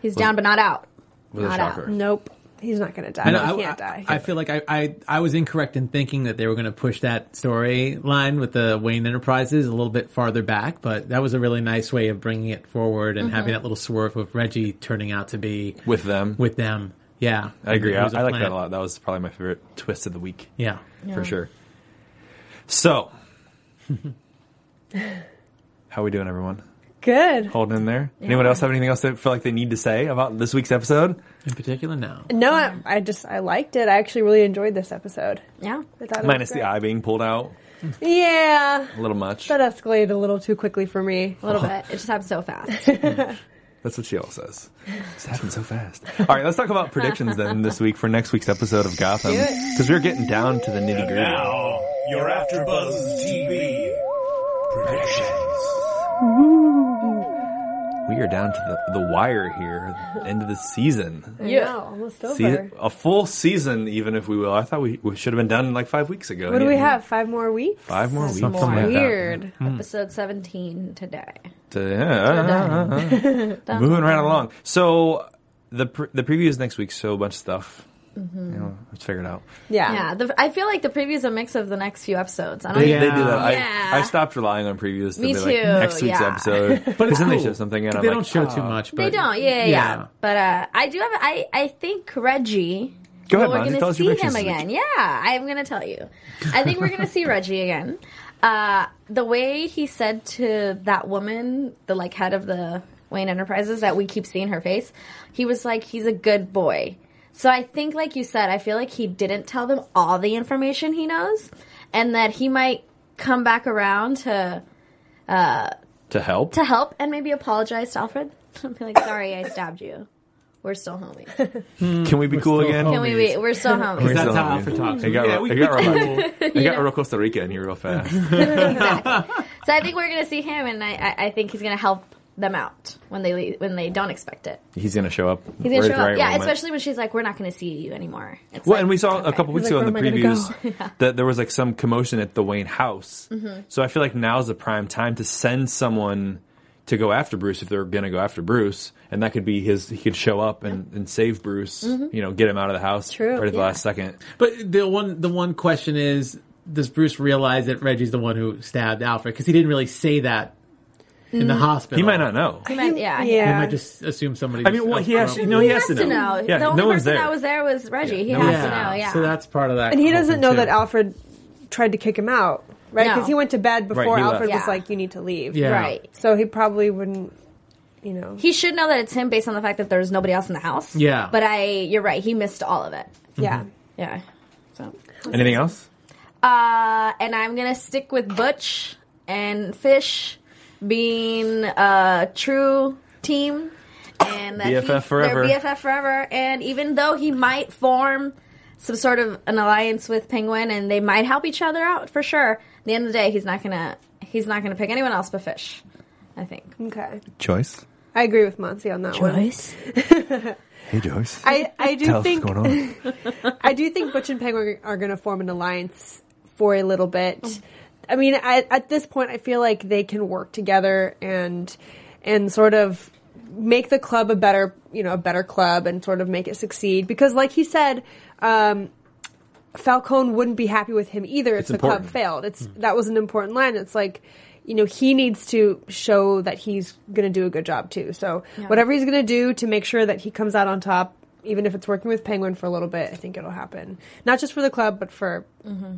I: He's down but not out.
G: was a
I: Not out.
G: shocker.
F: Nope. He's not gonna die.
E: I know.
F: he
E: I,
F: can't die.
E: I feel like I, I, I was incorrect in thinking that they were going to push that storyline with the Wayne Enterprises a little bit farther back, but that was a really nice way of bringing it forward and
L: Mm-hmm.
E: having that little swerve with Reggie turning out to be
G: With them.
E: with them. Yeah,
G: I agree.
E: It
G: I,
E: was
G: I like that
E: plan.
G: a lot. That was probably my favorite twist of the week.
E: Yeah,
G: for sure. So, how we doing, everyone?
F: Good.
G: Holding in there. Anyone else have anything else they feel like they need to say about this week's episode?
E: in particular now.
F: No, I,
G: Um,
F: I just I liked it. I actually really enjoyed this episode.
I: Yeah.
F: I thought it was
G: Minus the
F: great.
G: eye being pulled out,
F: Yeah,
G: a little much.
F: that escalated a little too quickly for me.
I: A little bit. It just happened so fast.
G: That's what she always says. It's happened so fast. All right, let's talk about predictions then this week for next week's episode of Gotham because we're getting down to the nitty gritty.
M: Now, you're after Buzz TV predictions.
G: We are down to the, the wire here, end of the season.
F: Yeah, almost over.
G: See, a full season, even if we will. I thought we, we should have been done like five weeks ago.
F: what do we
G: Yeah.
F: have? Five more weeks.
G: Five more weeks.
E: Something like that.
F: Weird.
G: Mm-hmm.
I: Mm-hmm. Episode 17 today.
G: uh, Yeah. uh, Moving right along. So the pre- the preview is next week. So a bunch of stuff.
I: Mm-hmm.
G: You know, let's figure it out.
F: Yeah.
I: Yeah. The, I feel like the preview is a mix of the next few episodes. I don't
G: They,
I: think
G: they do that.
I: Oh, Yeah.
G: I, I stopped relying on previews to
I: Me
G: be like
I: too,
G: next week's
I: yeah.
E: But
G: episode. Because
E: it's
G: then they
E: cool.
G: show something and
E: They
G: I'm
E: don't
G: like,
E: show too much. But
I: They don't, yeah, yeah. yeah. But uh, I do have. I I think Reggie.
G: Go ahead,
I: we're
G: Monty,
I: gonna
G: tell us
I: see
G: your
I: him
G: predictions.
I: again. Yeah, I'm gonna tell you. I think we're gonna see Reggie again. Uh, the way he said to that woman, the like head of the Wayne Enterprises, that we keep seeing her face. He was like, he's a good boy. So I think, like you said, I feel like he didn't tell them all the information he knows, and that he might come back around to
G: to help.
I: to help and maybe apologize to Alfred. I'll be like, sorry, I stabbed you. We're still homies.
G: Can we be cool
E: still
G: again?
E: home.
I: Can we be? We're still homies.
E: That's
G: Still
E: how
G: homies.
E: Alfred talks.
G: It got,
E: Yeah,
G: real-
E: we-
G: it got, real, it got real Costa Rica in here real fast.
I: So I think we're gonna see him, and I, I, I think he's gonna help them out when they leave, when they don't expect it.
G: He's gonna show up.
I: He's gonna show up, yeah. Especially when she's like, "We're not gonna see you anymore." It's
G: Well,
I: like,
G: and we saw a
I: okay.
G: couple weeks
F: He's
G: ago
F: like,
G: in the
F: "Where am I gonna
G: previews that there was like some commotion at the Wayne house. So I feel like now's the prime time to send someone to go after Bruce if they're going to go after Bruce, and that could be his. He could show up and, and save Bruce. You know, get him out of the house
F: True,
G: right at the
I: yeah.
G: last second.
E: But the one the one question is, does Bruce realize that Reggie's the one who stabbed Alfred? Because he didn't really say that in the hospital.
G: He might not know.
I: He might-
F: Yeah.
I: yeah, yeah.
E: He might just uh, assume somebody.
G: I mean, well, he has. No,
I: He,
G: he,
I: has to know.
G: Yeah,
I: the only
G: no one's
I: person
G: there.
I: that was there was Reggie. He
G: no
I: has
G: one's
I: to know. Yeah.
E: So that's part of that.
F: And he doesn't
E: whole
F: know
E: thing,
F: that
E: too.
F: Alfred tried to kick him out, right?
I: No.
F: Because he went to bed before
G: he
F: Alfred
G: left.
F: was
I: Yeah.
F: like, "You need to leave."
E: Yeah.
I: right.
F: So he probably wouldn't, you know.
I: He should know that it's him based on the fact that there's nobody else in the house.
E: Yeah.
I: But I, you're right. He missed all of it.
F: yeah.
G: Mm-hmm.
I: Yeah. So.
G: Anything else?
I: Uh, and I'm gonna stick with Butch and Fish being a true team and that he-
G: BFF forever.
I: They're BFF forever. And even though he might form some sort of an alliance with Penguin and they might help each other out for sure, at the end of the day, he's not gonna he's not gonna pick anyone else but Fish. I think.
F: Okay.
G: Joyce.
F: I agree with Monty on that one.
G: Hey, Joyce.
F: I I do
G: Tell us
F: think
G: what's going on.
F: I do think Butch and Penguin are going to form an alliance for a little bit. I mean, I, at this point, I feel like they can work together and and sort of make the club a better you know a better club and sort of make it succeed because, like he said. Um, Falcone wouldn't be happy with him either if
G: It's
F: the
G: important.
F: club failed. It's
G: Hmm.
F: that was an important line. It's like, you know, he needs to show that he's going to do a good job too. So whatever he's going to do to make sure that he comes out on top, even if it's working with Penguin for a little bit, I think it'll happen. Not just for the club, but for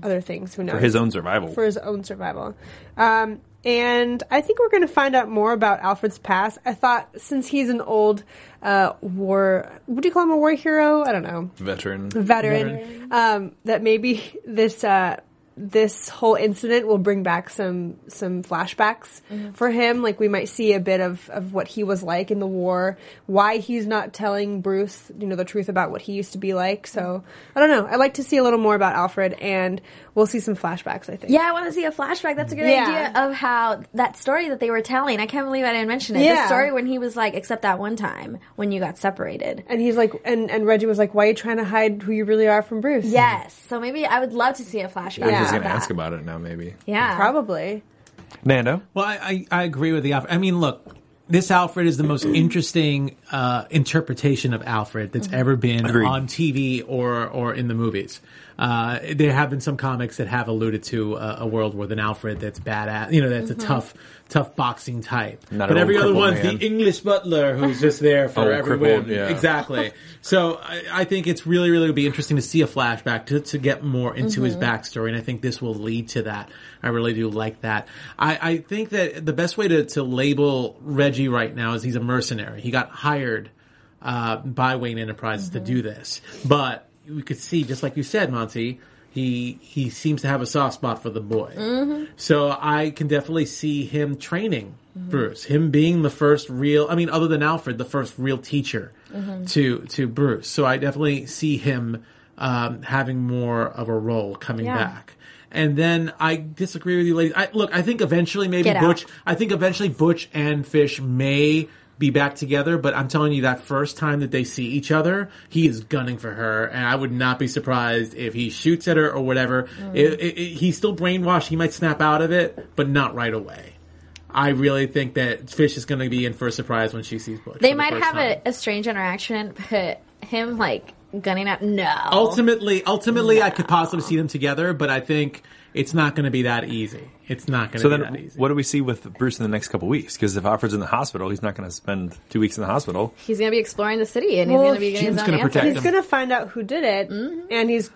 F: other things. Who knows?
G: For his own survival.
F: for his own survival. Um, and I think we're going to find out more about Alfred's past. I thought since he's an old uh, war, what do you call him? A war hero? I don't know
G: Veteran.
F: veteran um, that maybe this uh, this whole incident will bring back some some flashbacks for him. Like we might see a bit of of what he was like in the war, why he's not telling Bruce, you know, the truth about what he used to be like. So I don't know. I'd like to see a little more about Alfred, and we'll see some flashbacks. I think.
I: Yeah, I want to see a flashback. That's a good
F: Yeah.
I: idea of how that story that they were telling. I can't believe I didn't mention it. The
F: Yeah.
I: story when he was like, except that one time when you got separated.
F: And he's like, and and Reggie was like, "Why are you trying to hide who you really are from Bruce?"
I: Yes. So maybe I would love to see a flashback.
G: I'm just
I: of
G: gonna
I: that.
G: ask about it now, maybe.
I: Yeah.
F: probably.
G: Nando,
E: Well, I, I, I agree with the Alfred. I mean, look, this Alfred is the most interesting uh, interpretation of Alfred that's ever been
G: Agreed.
E: on TV or or in the movies. Uh, there have been some comics that have alluded to a, a world with an Alfred that's badass. You know, that's a tough, tough boxing type.
G: Not
E: but
G: an
E: every
G: old
E: other one's
G: crippled man.
E: the English butler who's just there for
G: Old
E: every
G: crippled,
E: whim.
G: yeah.
E: Exactly. so I, I think it's really, really would be interesting to see a flashback to, to get more into his backstory, and I think this will lead to that. I really do like that. I, I think that the best way to, to label Reggie right now is he's a mercenary. He got hired uh, by Wayne Enterprises to do this, but we could see, just like you said, Monty. He, he seems to have a soft spot for the boy.
I: Mm-hmm.
E: So I can definitely see him training Bruce, him being the first real, I mean, other than Alfred, the first real teacher
I: Mm-hmm.
E: to, to Bruce. So I definitely see him, um, having more of a role coming
I: Yeah.
E: back. And then I disagree with you, ladies. I, look, I think eventually maybe
I: Get out.
E: Butch, I think eventually Butch and Fish may be back together, but I'm telling you that first time that they see each other, he is gunning for her, and I would not be surprised if he shoots at her or whatever.
I: Mm.
E: It- it- it- he's still brainwashed. He might snap out of it, but not right away. I really think that Fish is going to be in for a surprise when she sees Butch. for
I: They
E: the
I: might
E: first
I: have
E: time.
I: a, a strange interaction, but him like gunning at no.
E: Ultimately, ultimately, I could possibly see them together, but I think it's not going to be that easy. It's not going to be
G: So then,
E: that easy.
G: what do we see with Bruce in the next couple weeks? Because if Alfred's in the hospital, he's not going to spend two weeks in the hospital.
I: He's gonna be exploring the city, and
F: Well,
I: he's gonna be getting
G: Jim's
I: his own
G: gonna
I: answers.
G: protect
F: He's
G: him.
F: gonna find out who did it, and he's.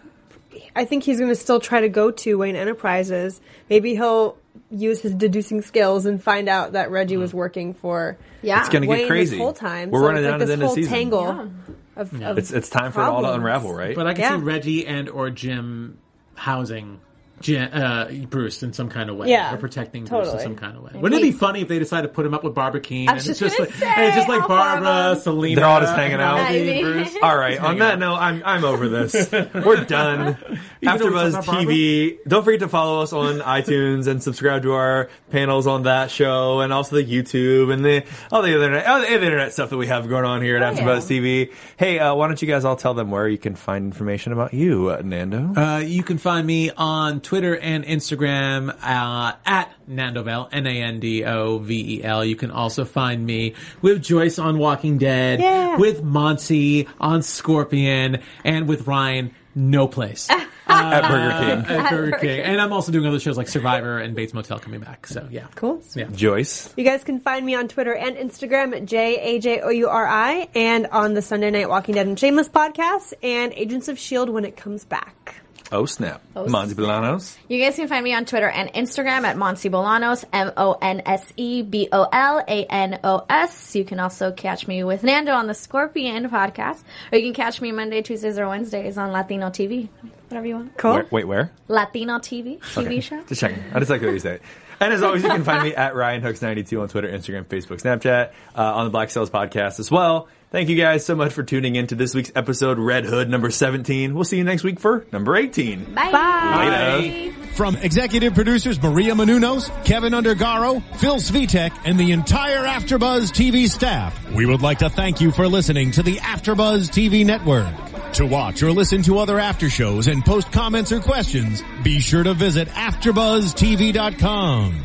F: I think he's gonna still try to go to Wayne Enterprises. Maybe he'll use his deducing skills and find out that Reggie was working for.
I: Yeah.
G: It's gonna get
F: Wayne
G: crazy.
F: This whole time,
G: We're
F: so
G: running
F: it's
G: down
F: like
G: to
F: this
G: the end of
F: whole
G: season.
F: tangle. Of, of
G: It's it's time for it all to
F: problems.
G: unravel, right?
E: But I can
F: Yeah.
E: see Reggie and or Jim housing Jim, uh, Bruce in some kind of way,
F: Yeah,
E: or protecting Bruce
F: totally.
E: in some kind of way. Wouldn't it be funny if they decided to put him up with Barbara Keene? and
I: just
E: it's just
I: gonna
E: like,
I: say,
E: and it's just like
I: all four of
E: Barbara,
I: them.
E: Selena,
G: They're all just hanging out.
E: Ivy,
I: Ivy.
E: Bruce.
G: All right. On
E: hang
G: that
E: out.
G: note, I'm I'm over this. We're done.
E: Even though we
G: AfterBuzz
E: talked about
G: TV. Don't forget to follow us on iTunes and subscribe to our panels on that show, and also the YouTube and the all the internet, all the internet stuff that we have going on here
E: Oh,
G: at
I: yeah.
G: AfterBuzz TV. Hey, uh, why don't you guys all tell them where you can find information about you, uh, Nando?
E: Uh, you can find me on Twitter and Instagram uh, at Nandovel, N A N D O V E L. You can also find me with Joyce on Walking Dead,
F: Yeah.
E: with Monty on Scorpion, and with Ryan, no place. Uh,
G: at Burger King.
E: at Burger King. And I'm also doing other shows like Survivor and Bates Motel coming back. So yeah.
F: Cool.
E: Yeah.
G: Joyce.
F: You guys can find me on Twitter and Instagram at J A J O U R I and on the Sunday Night Walking Dead and Shameless podcast and Agents of S.H.I.E.L.D. E when it comes back.
G: Oh snap. Monty Bolanos.
I: You guys can find me on Twitter and Instagram at Monse Bolanos, M O N S E B O L A N O S. You can also catch me with Nando on the Scorpion podcast, or you can catch me Monday, Tuesdays, or Wednesdays on Latino TV, whatever you want.
F: Cool.
G: Where, wait, where?
I: Latino TV, TV show.
G: Just checking. I just like the way you say it. And as always, you can find me at Ryan Hooks 92 on Twitter, Instagram, Facebook, Snapchat, uh, on the Black Sales Podcast as well. Thank you guys so much for tuning in to this week's episode, Red Hood number 17. We'll see you next week for number 18.
I: Bye.
G: Later.
N: From executive producers Maria Manunos, Kevin Undergaro, Phil Svitek, and the entire Afterbuzz TV staff, we would like to thank you for listening to the Afterbuzz TV network. To watch or listen to other after shows and post comments or questions, be sure to visit AfterbuzzTV.com.